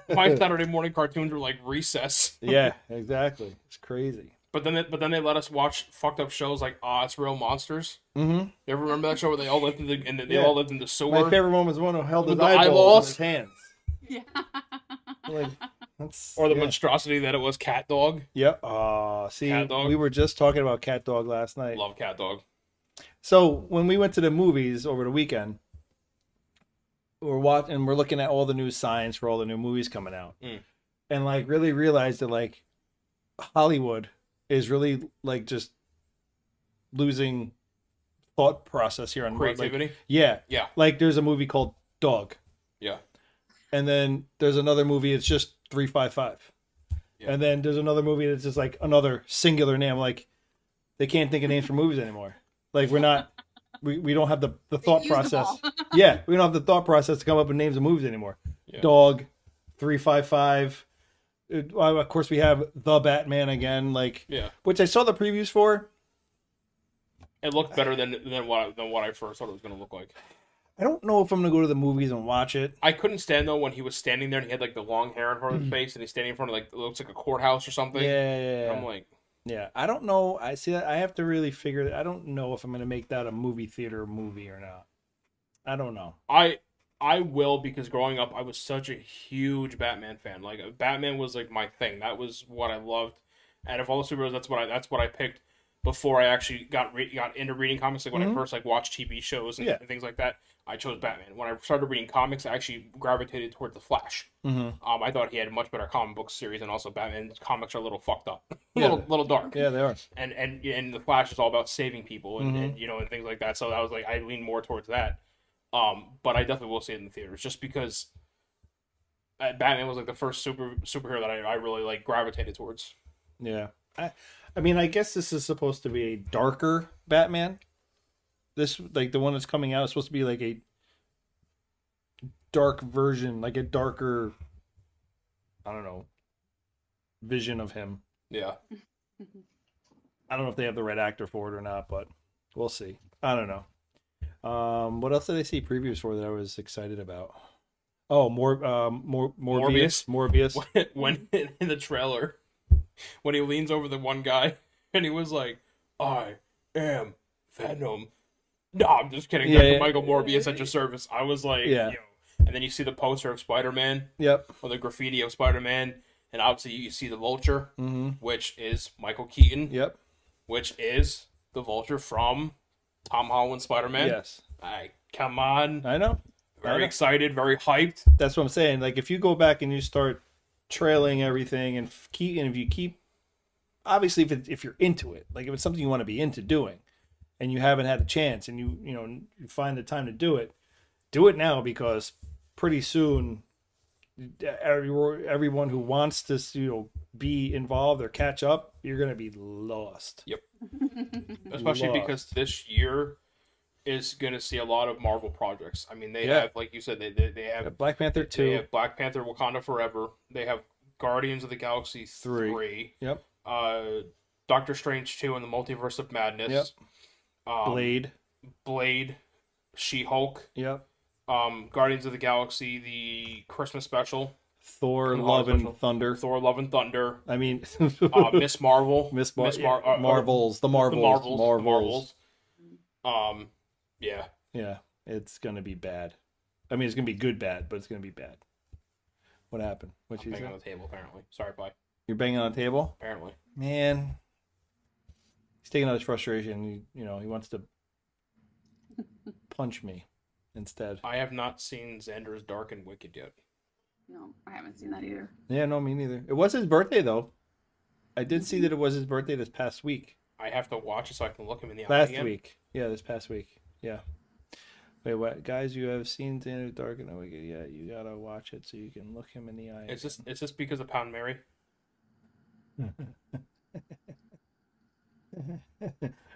Speaker 3: my Saturday morning cartoons were like recess.
Speaker 2: yeah, (laughs) exactly. It's crazy.
Speaker 3: But then, they, but then they let us watch fucked up shows like Ah, it's Real Monsters.
Speaker 2: Mm-hmm.
Speaker 3: You ever remember that show where they all lived in the and they
Speaker 2: Yeah.
Speaker 3: all lived in the sewer?
Speaker 2: My favorite one was one who held his
Speaker 3: With the
Speaker 2: eyeballs,
Speaker 3: eyeballs.
Speaker 2: in his hands.
Speaker 4: Yeah.
Speaker 2: Like, that's,
Speaker 3: or the
Speaker 2: yeah.
Speaker 3: monstrosity that it was Cat Dog.
Speaker 2: Yep. Ah, see,
Speaker 3: Cat dog.
Speaker 2: we were just talking about cat dog last night.
Speaker 3: Love Cat Dog.
Speaker 2: So when we went to the movies over the weekend, we're watching and we're looking at all the new signs for all the new movies coming out,
Speaker 3: Mm.
Speaker 2: and like really realized that like Hollywood is really like just losing thought process here on what, like-
Speaker 3: Creativity.
Speaker 2: yeah,
Speaker 3: Yeah.
Speaker 2: like there's a movie called Dog,
Speaker 3: Yeah.
Speaker 2: and then there's another movie it's just 355
Speaker 3: Yeah.
Speaker 2: and then there's another movie that's just like another singular name like they can't think of names for movies anymore like we're not we, we don't have the, the thought
Speaker 4: use them
Speaker 2: process
Speaker 4: all. (laughs)
Speaker 2: yeah we don't have the thought process to come up with names of movies anymore
Speaker 3: Yeah.
Speaker 2: dog 355 It- well, of course we have the batman again like
Speaker 3: Yeah.
Speaker 2: which i saw the previews for
Speaker 3: It looked better than than what I, than what I first thought it was going to look like.
Speaker 2: i don't know if i'm gonna go to the movies and watch it
Speaker 3: I couldn't stand though when he was standing there and he had like the long hair in front of his face and he's standing in front of like it looks like a courthouse or something.
Speaker 2: Mm-hmm. yeah, yeah,
Speaker 3: And
Speaker 2: yeah.
Speaker 3: I'm like,
Speaker 2: Yeah, I don't know. I see. I have to really figure. I don't know if I'm going to make that a movie theater movie or not. I don't know.
Speaker 3: I I will because growing up I was such a huge Batman fan. Like Batman was like my thing. That was what I loved. And of all the superheroes, that's what I that's what I picked before I actually got re- got into reading comics. Like when
Speaker 2: Mhm.
Speaker 3: I first like watched TV shows and,
Speaker 2: Yeah.
Speaker 3: and things like that, I chose Batman. When I started reading comics, I actually gravitated towards the Flash.
Speaker 2: Mm-hmm.
Speaker 3: Um, I thought he had a much better comic book series, and also Batman's comics are a little fucked up, (laughs) a
Speaker 2: Yeah.
Speaker 3: little little dark
Speaker 2: Yeah, they are.
Speaker 3: and and and the Flash is all about saving people and,
Speaker 2: Mhm.
Speaker 3: and you know and things like that. So I was like, I lean more towards that. Um, but I definitely will see it in the theaters just because uh, Batman was like the first super superhero that I, I really like gravitated towards.
Speaker 2: Yeah. I, I mean, I guess this is supposed to be a darker Batman. This like the one that's coming out is supposed to be like a dark version, like a darker. I don't know. Vision of him.
Speaker 3: Yeah,
Speaker 2: I don't know if they have the right actor for it or not, but we'll see. I don't know. Um, what else did I see previews for that I was excited about? Oh, more, um, more, Morbius, Morbius.
Speaker 3: (laughs) when in the trailer, when he leans over the one guy (laughs) and he was like, "I am Venom." No, I'm just kidding.
Speaker 2: Yeah,
Speaker 3: Dr.
Speaker 2: yeah.
Speaker 3: Michael Morbius at your service. I was like,
Speaker 2: Yeah.
Speaker 3: yo. And then you see the poster of Spider-Man.
Speaker 2: Yep.
Speaker 3: or the graffiti of Spider Man, and obviously you see the Vulture,
Speaker 2: Mm-hmm.
Speaker 3: which is Michael Keaton.
Speaker 2: Yep.
Speaker 3: which is the Vulture from Tom Holland Spider Man.
Speaker 2: Yes,
Speaker 3: I come on,
Speaker 2: I know. I
Speaker 3: very
Speaker 2: know.
Speaker 3: excited, very hyped.
Speaker 2: That's what I'm saying. Like if you go back and you start trailing everything and f- keep and if you keep obviously if it, if you're into it, like if it's something you want to be into doing and you haven't had a chance and you you know you find the time to do it, do it now because pretty soon e, every, everyone who wants to you know be involved or catch up, you're going to be lost.
Speaker 3: especially
Speaker 2: Lost.
Speaker 3: because this year is going to see a lot of Marvel projects. I mean, they
Speaker 2: Yeah.
Speaker 3: have, like you said, they they, they have
Speaker 2: Black Panther 2.
Speaker 3: they have Black Panther, Wakanda Forever. They have Guardians of the Galaxy
Speaker 2: Three.
Speaker 3: three,
Speaker 2: Yep.
Speaker 3: uh, Doctor Strange two, and the Multiverse of Madness. Um, Blade,
Speaker 2: Blade.
Speaker 3: She Hulk,
Speaker 2: Yep.
Speaker 3: um, Guardians of the Galaxy, the Christmas special,
Speaker 2: Thor,
Speaker 3: and a lot
Speaker 2: Love
Speaker 3: of
Speaker 2: and
Speaker 3: special-
Speaker 2: Thunder.
Speaker 3: Thor Love and Thunder,
Speaker 2: I mean, (laughs)
Speaker 3: uh, Miss Marvel,
Speaker 2: Miss, Mar-
Speaker 3: Mar- uh, uh,
Speaker 2: Marvels, the
Speaker 3: the
Speaker 2: Marvels,
Speaker 3: Marvels, the
Speaker 2: Marvels.
Speaker 3: Marvels. Um, yeah.
Speaker 2: Yeah, it's gonna be bad. I mean, it's gonna be good bad, but it's gonna be bad. What happened? What you
Speaker 3: Bang
Speaker 2: say?
Speaker 3: on the table, apparently. Sorry, bye.
Speaker 2: You're banging on the table,
Speaker 3: Apparently.
Speaker 2: man. He's taking out his frustration. He, you know, he wants to punch me instead.
Speaker 3: I have not seen Xander's Dark and Wicked yet.
Speaker 4: No, I haven't seen that either.
Speaker 2: Yeah, no, me neither. It was his birthday though. I did see that it was his birthday this past week.
Speaker 3: I have to watch it so I can look him in the eye
Speaker 2: Last
Speaker 3: again.
Speaker 2: week. Yeah, this past week. Yeah. Wait, what? Guys, you have seen Xander the Dark and the Wicked yet. You gotta watch it so you can look him in the eye.
Speaker 3: Is this is this because of Pound Mary?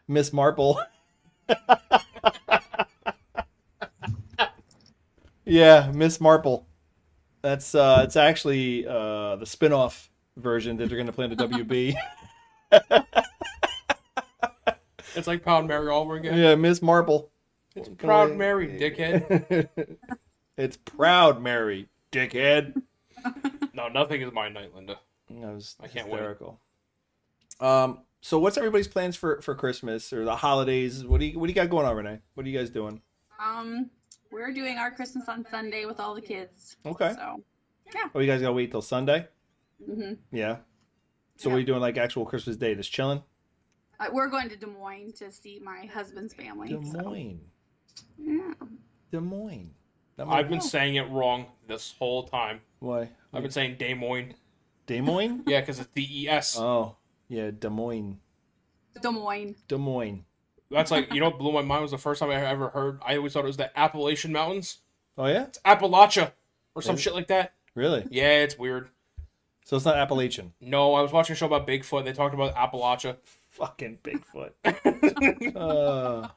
Speaker 2: Miss Marple. (laughs) yeah, Miss Marple. That's uh it's actually uh the spin-off version that they're gonna play in the WB.
Speaker 3: It's like Pound Mary all over again.
Speaker 2: (laughs) yeah, Miss Marple.
Speaker 3: It's
Speaker 2: Can
Speaker 3: Proud
Speaker 2: I-
Speaker 3: Mary,
Speaker 2: (laughs)
Speaker 3: dickhead.
Speaker 2: it's Proud Mary, dickhead.
Speaker 3: no, nothing is my night, Linda.
Speaker 2: That was
Speaker 3: I can't wait.
Speaker 2: hysterical. Um so what's everybody's plans for for Christmas or the holidays? What do you what do you got going on, Renee? What are you guys doing?
Speaker 4: Um, we're doing our Christmas on Sunday with all the kids.
Speaker 2: Okay.
Speaker 4: So,
Speaker 2: Oh, you guys gotta wait till Sunday?
Speaker 4: hmm
Speaker 2: Yeah. So what are you doing like actual Christmas Day? Just chilling?
Speaker 4: uh, we're going to Des Moines to see my husband's family.
Speaker 2: Des
Speaker 4: so,
Speaker 2: Moines.
Speaker 4: yeah.
Speaker 2: Des Moines. That might-
Speaker 3: I've been saying it wrong this whole time.
Speaker 2: why?
Speaker 3: I've been saying Des Moines.
Speaker 2: Des Moines?
Speaker 3: Yeah, because it's E D-E-S.
Speaker 2: oh. Yeah, Des Moines.
Speaker 4: Des Moines.
Speaker 2: Des Moines.
Speaker 3: That's like, you know what blew my mind was the first time I ever heard, I always thought it was the Appalachian Mountains.
Speaker 2: Oh yeah?
Speaker 3: It's Appalachia or some
Speaker 2: Really?
Speaker 3: shit like that.
Speaker 2: Really?
Speaker 3: Yeah, it's weird.
Speaker 2: So it's not Appalachian.
Speaker 3: No, I was watching a show about Bigfoot. They talked about Appalachia.
Speaker 2: Fucking
Speaker 3: (laughs)
Speaker 2: Bigfoot. uh,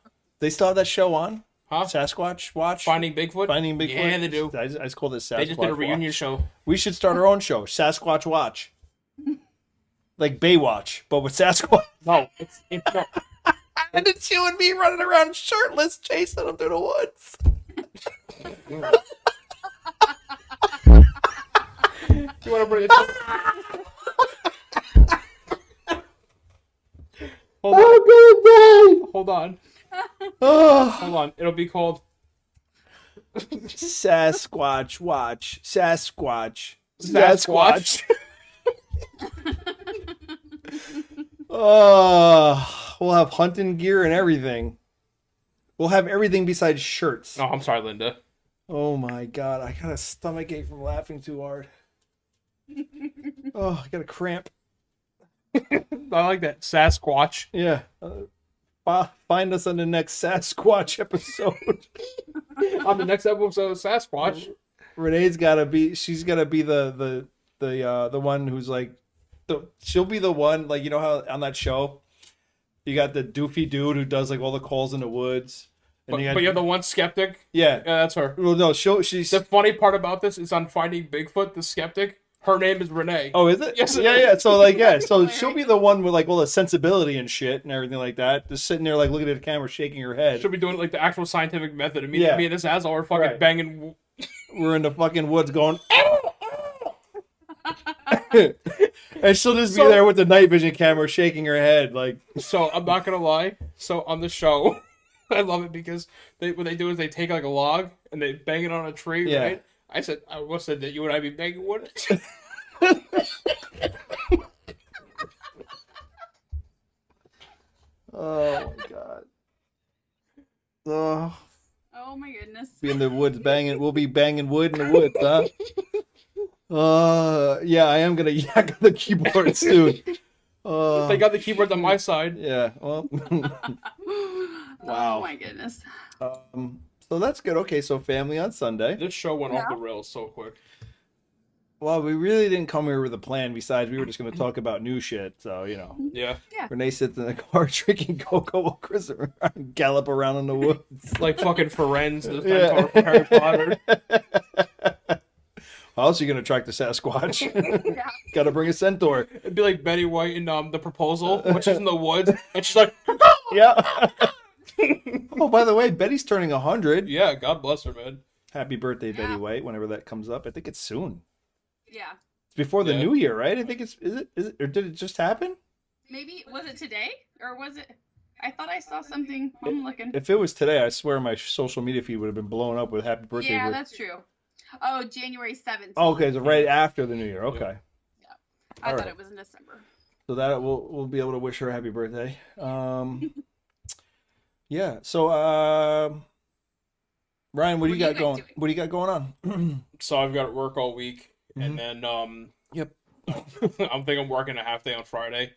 Speaker 2: they still have that show on?
Speaker 3: Huh?
Speaker 2: Sasquatch Watch?
Speaker 3: Finding Bigfoot?
Speaker 2: Finding Bigfoot?
Speaker 3: Yeah, they do.
Speaker 2: I just, I just called it Sasquatch
Speaker 3: They just did a reunion
Speaker 2: Watch.
Speaker 3: show.
Speaker 2: We should start our own show, Sasquatch Watch. Like Baywatch, but with Sasquatch.
Speaker 3: No, it's it's not.
Speaker 2: (laughs) And it's you and me running around shirtless chasing them through the woods.
Speaker 3: you want to bring it?
Speaker 2: Oh,
Speaker 3: Hold (laughs) on, hold on,
Speaker 2: Oh,
Speaker 3: hold on. It'll be called
Speaker 2: Sasquatch watch. Sasquatch.
Speaker 3: Sasquatch.
Speaker 2: (laughs) oh, we'll have hunting gear and everything. We'll have everything besides shirts.
Speaker 3: No, I'm sorry, Linda.
Speaker 2: Oh my god, I got a stomach ache from laughing too hard. oh, I got a cramp.
Speaker 3: I like that Sasquatch.
Speaker 2: Yeah. Uh, fi- find us on the next Sasquatch (laughs) episode.
Speaker 3: On the next episode of Sasquatch,
Speaker 2: Renee's gotta be she's gotta be the the the uh the one who's like the she'll be the one like you know how on that show you got the doofy dude who does like all the calls in the woods and
Speaker 3: but,
Speaker 2: you got,
Speaker 3: but you're the one skeptic.
Speaker 2: yeah
Speaker 3: Yeah, that's her.
Speaker 2: well no she'll she's
Speaker 3: The funny part about this is on Finding Bigfoot, the skeptic. Her name is Renee.
Speaker 2: oh is it
Speaker 3: Yes, it
Speaker 2: yeah
Speaker 3: is.
Speaker 2: yeah so like yeah
Speaker 3: (laughs)
Speaker 2: so she'll be the one with like all the sensibility and shit and everything like that just sitting there like looking at the camera shaking her head
Speaker 3: She'll be doing like the actual scientific method. And me,
Speaker 2: Yeah.
Speaker 3: me and this asshole are fucking
Speaker 2: Right.
Speaker 3: banging.
Speaker 2: we're in the fucking woods going (laughs) and she'll just be
Speaker 3: So-
Speaker 2: there with the night vision camera shaking her head like
Speaker 3: So I'm not gonna lie. So on the show, (laughs) I love it because they what they do is they take like a log and they bang it on a tree.
Speaker 2: Yeah.
Speaker 3: Right? I said I was said that you and I be
Speaker 2: (laughs)
Speaker 3: banging wood.
Speaker 2: Oh my god. (laughs) Oh,
Speaker 4: Oh my goodness. (gasps)
Speaker 2: be in the woods banging. We'll be banging wood in the woods,
Speaker 3: (laughs)
Speaker 2: huh? Uh, yeah, I am gonna (laughs) yak on the keyboard
Speaker 3: (laughs)
Speaker 2: soon. Uh,
Speaker 3: (laughs) They got the keyboards on my side.
Speaker 2: yeah. Well. (laughs) Wow.
Speaker 4: Oh my goodness.
Speaker 2: um, so that's good. Okay, so family on Sunday.
Speaker 3: This show went off the rails so quick.
Speaker 2: Well, we really didn't come here with a plan. Besides, we were just gonna talk about new shit. So you know.
Speaker 3: Yeah.
Speaker 2: Renee sits in the (laughs) car drinking cocoa while Chris and Ryan (laughs) gallop around in the woods.
Speaker 3: Like fucking Ferenz,
Speaker 2: (laughs)
Speaker 3: the
Speaker 2: Yeah.
Speaker 3: yeah. Harry Potter.
Speaker 2: How else are you gonna track the Sasquatch? (laughs)
Speaker 4: Yeah.
Speaker 2: Got to bring a centaur.
Speaker 3: It'd be like Betty White in um,
Speaker 2: (laughs)
Speaker 3: The Proposal, when she's in the woods, and she's like,
Speaker 2: Yeah. (laughs) oh, by the way, Betty's turning hundred.
Speaker 3: yeah, God bless her, man.
Speaker 2: Happy birthday, Betty
Speaker 4: Yeah.
Speaker 2: White. Whenever that comes up, I think it's soon.
Speaker 4: Yeah.
Speaker 2: It's before the
Speaker 3: Yeah.
Speaker 2: new year, right? I think it's is it is it or did it just happen?
Speaker 4: Maybe was it today or was it? I thought I saw something. I'm looking.
Speaker 2: If it was today, I swear my social media feed would have been blown up with happy birthday.
Speaker 4: Yeah,
Speaker 2: words.
Speaker 4: that's true. Oh, January 7th.
Speaker 2: Oh, okay, so right after the new year. Okay.
Speaker 4: I thought
Speaker 2: alright.
Speaker 4: it was in December.
Speaker 2: so that we'll we'll be able to wish her happy birthday. Um, yeah. So, um Ryan, what do
Speaker 4: What
Speaker 2: you got
Speaker 4: are you guys
Speaker 2: going?
Speaker 4: doing?
Speaker 2: What do you got going on?
Speaker 3: So I've got to work all week, and then um,
Speaker 2: Mm-hmm. Yep.
Speaker 3: (laughs) I'm think I'm working a half day on Friday.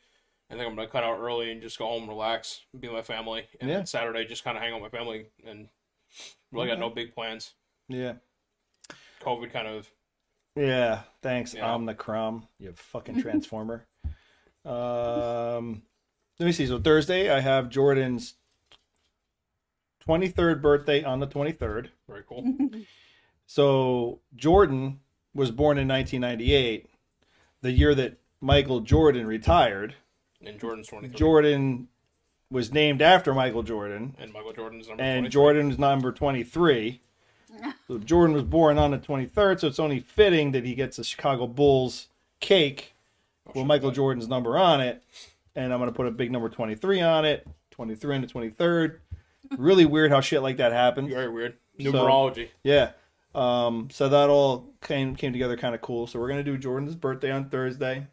Speaker 3: I think I'm gonna cut out early and just go home, and relax, be with my family, and
Speaker 2: Yeah.
Speaker 3: then Saturday just kind of hang out with my family, and really got no big plans.
Speaker 2: yeah.
Speaker 3: COVID kind of
Speaker 2: Yeah. Thanks,
Speaker 3: Yeah.
Speaker 2: Omnicrom. You fucking transformer. um, let me see. So Thursday, I have Jordan's twenty-third birthday on the twenty-third.
Speaker 3: very
Speaker 2: (laughs)
Speaker 3: cool.
Speaker 2: So Jordan was born in 1998, the year that Michael Jordan retired.
Speaker 3: And Jordan's 23,
Speaker 2: Jordan was named after Michael Jordan,
Speaker 3: and Michael Jordan's number
Speaker 2: and
Speaker 3: 23.
Speaker 2: Jordan's number 23. So Jordan was born on the 23rd, so it's only fitting that he gets a Chicago Bulls cake with Michael Jordan's number on it. And I'm going to put a big number 23 on it, 23 and the 23rd. Really weird how shit like that happens.
Speaker 3: very weird
Speaker 2: So-
Speaker 3: numerology.
Speaker 2: Yeah. Um, so that all came came together kind of cool. So we're gonna do Jordan's birthday on Thursday.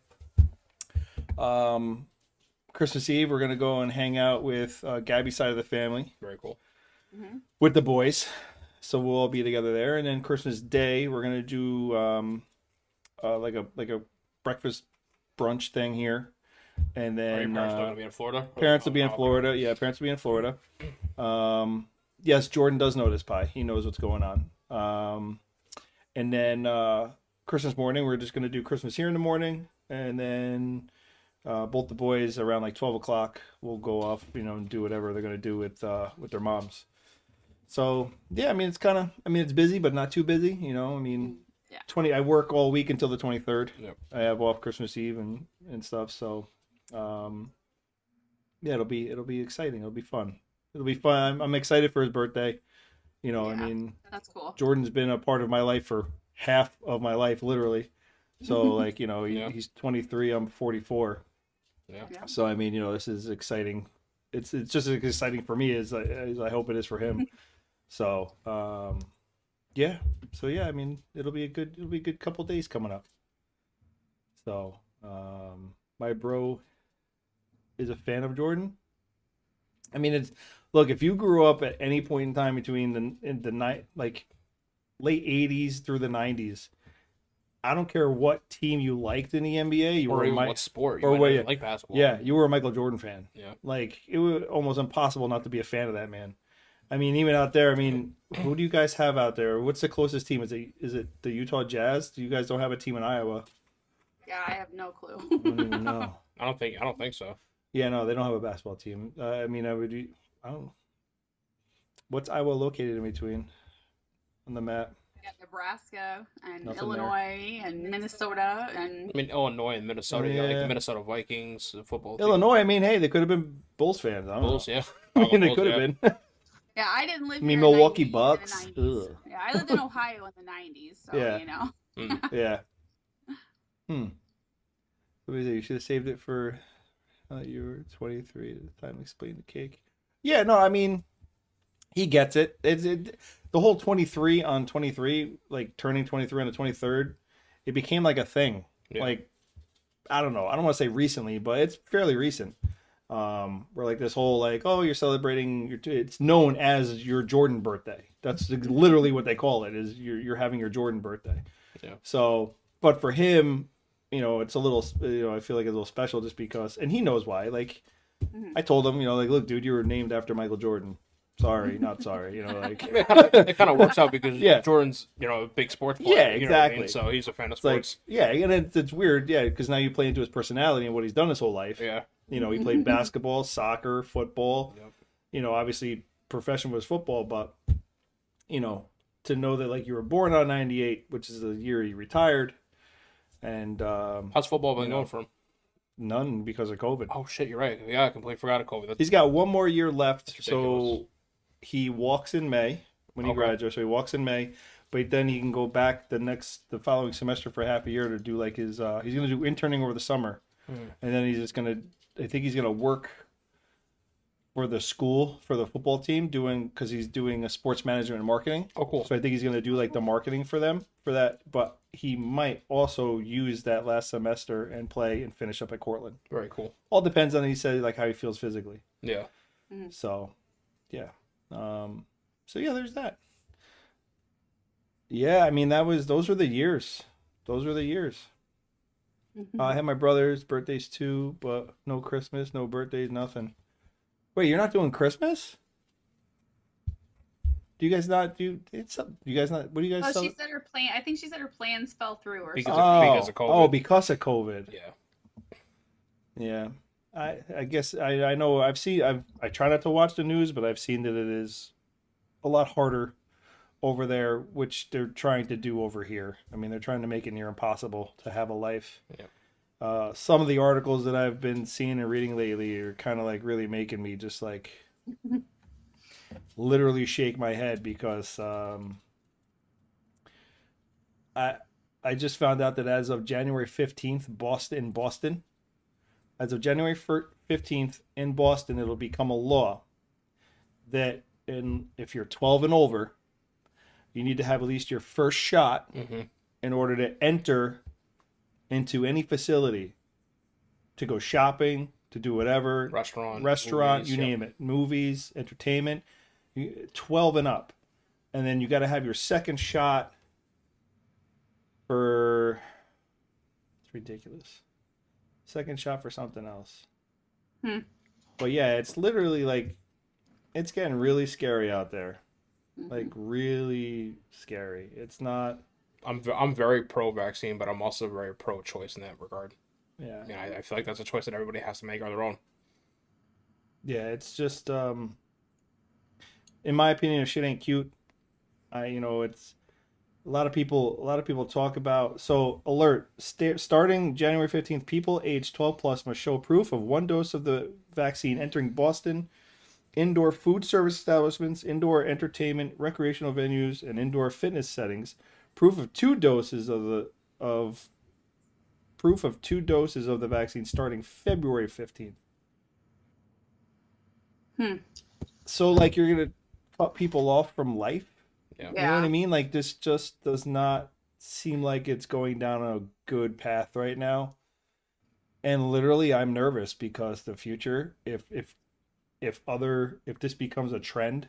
Speaker 2: Um, Christmas Eve, we're gonna go and hang out with uh, Gabby's side of the family
Speaker 3: Very cool.
Speaker 2: with the boys. So we'll all be together there. And then Christmas Day, we're gonna do um, uh, like a like a breakfast brunch thing here. And
Speaker 3: Are your
Speaker 2: then
Speaker 3: parents still
Speaker 2: uh,
Speaker 3: gonna be in Florida? Or-
Speaker 2: parents will be in
Speaker 3: oh,
Speaker 2: Florida. Yeah, parents will be in Florida. Um, yes, Jordan does know this pie. He knows what's going on. Um, and then uh, Christmas morning, we're just going to do Christmas here in the morning, and then uh, both the boys around like twelve o'clock will go off, you know, and do whatever they're going to do with uh, with their moms. So yeah, I mean it's kind of I mean it's busy, but not too busy. You know, I mean.
Speaker 4: Yeah.
Speaker 2: 20 I work all week until the 23rd.
Speaker 3: Yep.
Speaker 2: I have off Christmas Eve and and stuff, so um yeah, it'll be it'll be exciting. It'll be fun. It'll be fun. I'm, I'm excited for his birthday. You know, I
Speaker 4: Yeah.
Speaker 2: mean,
Speaker 4: That's cool.
Speaker 2: Jordan's been a part of my life for half of my life literally. So like, you know, he,
Speaker 3: Yeah.
Speaker 2: he's 23, I'm 44.
Speaker 3: Yeah.
Speaker 4: Yeah.
Speaker 2: So I mean, you know, this is exciting. It's it's just as exciting for me as I, as I hope it is for him. so, um yeah. So yeah, I mean, it'll be a good it'll be a good couple days coming up. So, um my bro is a fan of Jordan. I mean, it's look, if you grew up at any point in time between the in the night like late 80s through the 90s, I don't care what team you liked in the NBA, you
Speaker 3: Or
Speaker 2: were
Speaker 3: even
Speaker 2: my,
Speaker 3: what sport? You
Speaker 2: or
Speaker 3: might not
Speaker 2: what-
Speaker 3: even like basketball?
Speaker 2: yeah, you were a Michael Jordan fan.
Speaker 3: Yeah.
Speaker 2: Like it was almost impossible not to be a fan of that man. I mean, even out there, I mean, who do you guys have out there? What's the closest team? Is it is it the Utah Jazz? Do you guys don't have a team in Iowa?
Speaker 4: Yeah, I have
Speaker 2: (laughs)
Speaker 4: no
Speaker 2: I
Speaker 4: clue.
Speaker 2: don't even
Speaker 4: (laughs)
Speaker 2: know.
Speaker 3: I don't think I don't think so.
Speaker 2: Yeah, no, they don't have a basketball team. Uh, I mean, I would. I don't. What's Iowa located in between on the map?
Speaker 4: We got Nebraska and
Speaker 2: Nothing there.
Speaker 4: Illinois and Minnesota and
Speaker 3: I mean, Illinois and Minnesota, yeah. like
Speaker 2: Yeah.
Speaker 3: the Minnesota Vikings, the football. team.
Speaker 2: Illinois. I mean, hey, they could have been Bulls fans. I don't
Speaker 3: Bulls,
Speaker 2: know.
Speaker 3: yeah.
Speaker 2: (laughs) I mean, they
Speaker 3: Bulls,
Speaker 2: could
Speaker 3: yeah.
Speaker 2: have been.
Speaker 4: yeah, I didn't live.
Speaker 2: I mean,
Speaker 4: here in the
Speaker 2: Milwaukee
Speaker 4: 90s, in the
Speaker 2: Bucks,
Speaker 4: 90s.
Speaker 2: ugh.
Speaker 4: Yeah, I lived in Ohio in the '90s,
Speaker 2: (laughs)
Speaker 4: so
Speaker 2: Yeah.
Speaker 4: you know.
Speaker 2: (laughs) Yeah. Hmm. Somebody said you should have saved it for uh, you were 23 at the time. Explain the cake. Yeah, no, I mean, he gets it. It's it, the whole 23 on 23, like turning 23 on the 23rd. It became like a thing.
Speaker 3: Yeah.
Speaker 2: Like, I don't know. I don't want to say recently, but it's fairly recent. um, where like this whole like oh you're celebrating your it's known as your Jordan birthday. That's literally what they call it is you're you're having your Jordan birthday.
Speaker 3: Yeah.
Speaker 2: So, but for him, you know, it's a little you know I feel like it's a little special just because, and he knows why. Like I told him, you know, like look, dude, you were named after Michael Jordan. Sorry, not sorry. You know, like
Speaker 3: (laughs) It kind of it kind of works out
Speaker 2: (laughs)
Speaker 3: because
Speaker 2: Yeah.
Speaker 3: Jordan's you know a big sports player.
Speaker 2: Yeah,
Speaker 3: you know what I mean?
Speaker 2: exactly.
Speaker 3: So he's a fan of
Speaker 2: It's like,
Speaker 3: sports.
Speaker 2: yeah, and it's, it's weird, yeah, because now you play into his personality and what he's done his whole life.
Speaker 3: yeah,
Speaker 2: You know, he played basketball, soccer, football.
Speaker 3: Yep.
Speaker 2: You know, obviously, profession was football, but you know, to know that like you were born on '98, which is the year he retired, and um,
Speaker 3: how's football been
Speaker 2: You know.
Speaker 3: going for him?
Speaker 2: none because of COVID.
Speaker 3: Oh shit, you're right. Yeah, I completely forgot about COVID. That's-
Speaker 2: He's got one more year left,
Speaker 3: That's ridiculous.
Speaker 2: so he walks in May when he
Speaker 3: Okay.
Speaker 2: graduates. So he walks in May, but then he can go back the next the following semester for half a year to do like his uh, he's going to do interning over the summer,
Speaker 3: Hmm.
Speaker 2: and then he's just going to I think he's going to work for the school for the football team doing because he's doing a sports management and marketing.
Speaker 3: Oh cool.
Speaker 2: So I think he's going to do like the marketing for them for that, but he might also use that last semester and play and finish up at Cortland.
Speaker 3: Very cool.
Speaker 2: All depends on he said like how he feels physically.
Speaker 3: Yeah.
Speaker 2: So, yeah. Um, so yeah, there's that. Yeah, I mean that was those were the years. Those were the years. Uh, I had my brother's birthdays too, but no Christmas, no birthdays, nothing. Wait, you're not doing Christmas? Do you guys not do it's up you guys not what do you guys
Speaker 4: Well,
Speaker 2: cel-
Speaker 4: she said her plan. I think she said her plans fell through or
Speaker 3: Oh, Because
Speaker 4: something.
Speaker 3: of-
Speaker 2: Oh, oh,
Speaker 3: because of COVID.
Speaker 2: because of COVID.
Speaker 3: Yeah.
Speaker 2: Yeah. I I guess I I know I've seen I've I try not to watch the news, but I've seen that it is a lot harder over there, which they're trying to do over here. I mean, they're trying to make it near impossible to have a life.
Speaker 3: Yeah.
Speaker 2: Uh, some of the articles that I've been seeing and reading lately are kind of like really making me just like literally shake my head because um, I I just found out that as of January 15th, Boston in Boston, as of January fir- 15th in Boston, it'll become a law that in if you're 12 and over, you need to have at least your first shot
Speaker 3: Mhm.
Speaker 2: in order to enter into any facility to go shopping, to do whatever,
Speaker 3: Restaurant.
Speaker 2: restaurant,
Speaker 3: movies,
Speaker 2: you
Speaker 3: yeah.
Speaker 2: name it, movies, entertainment, you- 12 and up. And then you got to have your second shot for. It's ridiculous. Second shot for something else.
Speaker 4: Hmm.
Speaker 2: But yeah, it's literally like. It's getting really scary out there. Like, really scary. It's not.
Speaker 3: I'm ve- I'm very pro vaccine, but I'm also very pro choice in that regard.
Speaker 2: Yeah.
Speaker 3: I mean, I, I feel like that's a choice that everybody has to make on their own.
Speaker 2: Yeah, it's just um in my opinion if shit ain't cute. I you know, it's a lot of people a lot of people talk about so alert sta- starting January 15th people aged 12 plus must show proof of one dose of the vaccine entering Boston indoor food service establishments, indoor entertainment, recreational venues and indoor fitness settings. Proof of two doses of the of proof of two doses of the vaccine starting February 15th. so like you're gonna cut people off from life
Speaker 3: Yeah.
Speaker 2: you know what
Speaker 4: Yeah.
Speaker 2: i mean like this just does not seem like it's going down a good path right now and literally i'm nervous because the future if if if other if this becomes a trend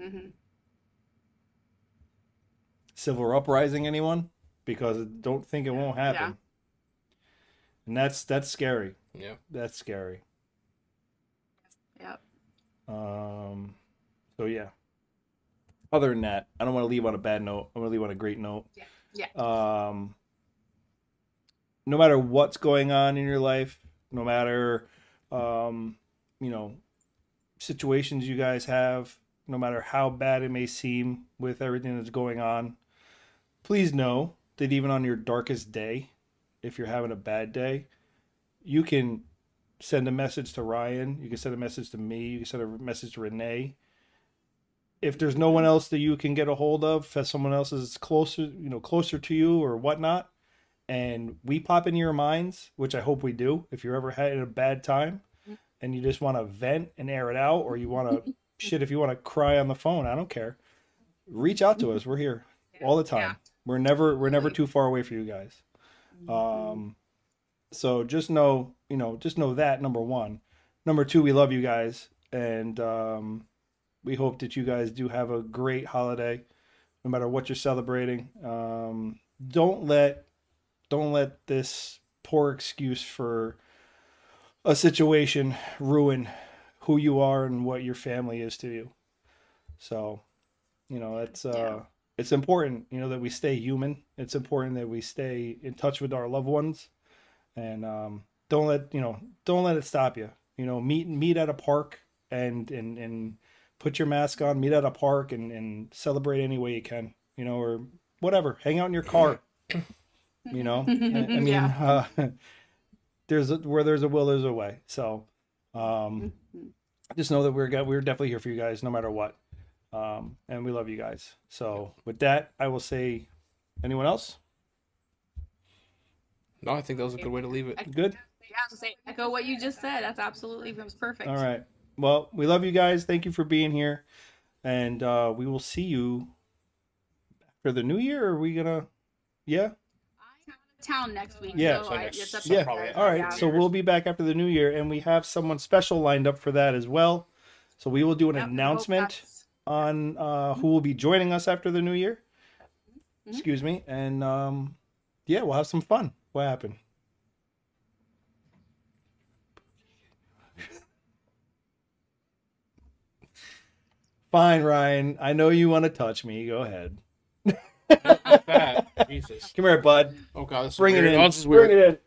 Speaker 4: Mhm.
Speaker 2: civil uprising anyone because I don't think it won't happen and that's that's scary
Speaker 3: Yeah.
Speaker 2: that's scary
Speaker 4: Yep.
Speaker 2: um so yeah other than that i don't want to leave on a bad note i want to leave on a great note
Speaker 4: Yeah.
Speaker 2: um, no matter what's going on in your life, no matter um, you know situations you guys have, no matter how bad it may seem with everything that's going on, please know that even on your darkest day, if you're having a bad day, you can send a message to Ryan, you can send a message to me, you can send a message to Renee if there's no one else that you can get a hold of, if someone else is closer, you know, closer to you or whatnot, and we pop into your minds, which I hope we do, if you're ever had a bad time and you just want to vent and air it out, or you want to shit, if you want to cry on the phone, I don't care. Reach out to us. We're here all the time.
Speaker 4: Yeah.
Speaker 2: We're never we're never too far away for you guys. Um So just know, you know, just know that number one. Number two, we love you guys, and um, we hope that you guys do have a great holiday, no matter what you're celebrating. Um, don't let, don't let this poor excuse for a situation ruin who you are and what your family is to you. So, you know, it's uh, it's important, you know, that we stay human. It's important that we stay in touch with our loved ones, and um, don't let you know, don't let it stop you. You know, meet meet at a park and and and put your mask on. Meet at a park and and celebrate any way you can. You know, or whatever. Hang out in your car. You know, I, I mean, uh, there's a, where there's a will, there's a way. So, um, just know that we're got, we're definitely here for you guys, no matter what. Um, and we love you guys. So with that, I will say, anyone else?
Speaker 3: No, I think that was a good way to leave it.
Speaker 2: Good.
Speaker 4: Yeah, to say echo what you just said. That's absolutely that was perfect.
Speaker 2: All right. Well, we love you guys. Thank you for being here, and uh, we will see you for the new year. Are we gonna? Yeah.
Speaker 4: I'm out of town next week.
Speaker 2: Yeah,
Speaker 4: so
Speaker 3: so
Speaker 4: I,
Speaker 3: next-
Speaker 4: it's up to
Speaker 3: so
Speaker 4: you
Speaker 2: yeah.
Speaker 4: guys.
Speaker 3: probably-
Speaker 2: All right.
Speaker 4: Yeah.
Speaker 2: So we'll be back after the new year, and we have someone special lined up for that as well. So we will do an
Speaker 4: Yep, I hope
Speaker 2: announcement
Speaker 4: that's-
Speaker 2: on uh, who will be joining us after the new year.
Speaker 4: Mhm.
Speaker 2: Excuse me, and um, yeah, we'll have some fun. What happened? (laughs) Fine, Ryan. I know you want to touch me. Go ahead.
Speaker 3: Like that. (laughs) Jesus.
Speaker 2: Come here, bud.
Speaker 3: Oh god, this is
Speaker 2: Bring it
Speaker 3: weird.
Speaker 2: in.
Speaker 3: Oh, this is weird.
Speaker 2: Bring it in.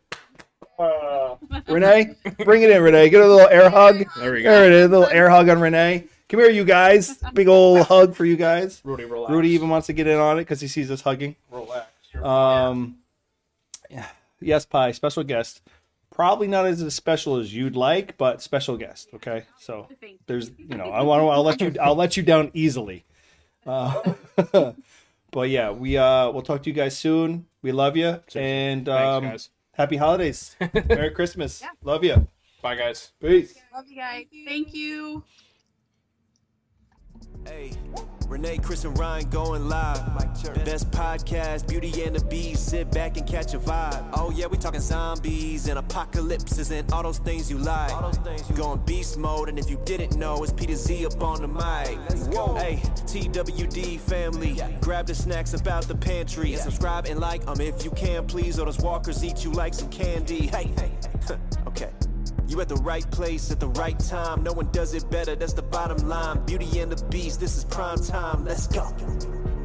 Speaker 2: Uh, Renee, bring it in, Renee. Get a little air hug.
Speaker 3: There we go.
Speaker 2: There it is. A little air hug on Renee. Come here, you guys. Big old hug for you guys.
Speaker 3: Rudy, relax.
Speaker 2: Rudy even wants to get in on it because he sees us hugging.
Speaker 3: relax. You're-
Speaker 2: Um, yes, Pie, special guest. Probably not as special as you'd like, but special guest. Okay, so
Speaker 4: Thank you.
Speaker 2: there's you know I want to I'll let you I'll let you down easily. Uh, (laughs) but yeah, we uh we'll talk to you guys soon. We love you and um,
Speaker 3: Thanks, guys.
Speaker 2: happy
Speaker 3: (laughs)
Speaker 2: holidays. Merry Christmas.
Speaker 4: Yeah.
Speaker 2: Love you.
Speaker 3: Bye, guys.
Speaker 2: Peace.
Speaker 4: Love you guys. Thank you.
Speaker 1: Hey, Renee, Chris, and Ryan going live. Best podcast, Beauty and the Beast. Sit back and catch a vibe. Oh yeah, we talking zombies and apocalypses and all those things you like. going beast mode, and if you didn't know, it's Peter Z up on the mic. Whoa. Hey, TWD family, grab the snacks about the pantry and subscribe and like them if you can, please. Or those walkers eat you like some candy. Hey, hey, (laughs) okay. You at the right place at the right time. No one does it better, that's the bottom line. Beauty and the beast, this is prime time. Let's go.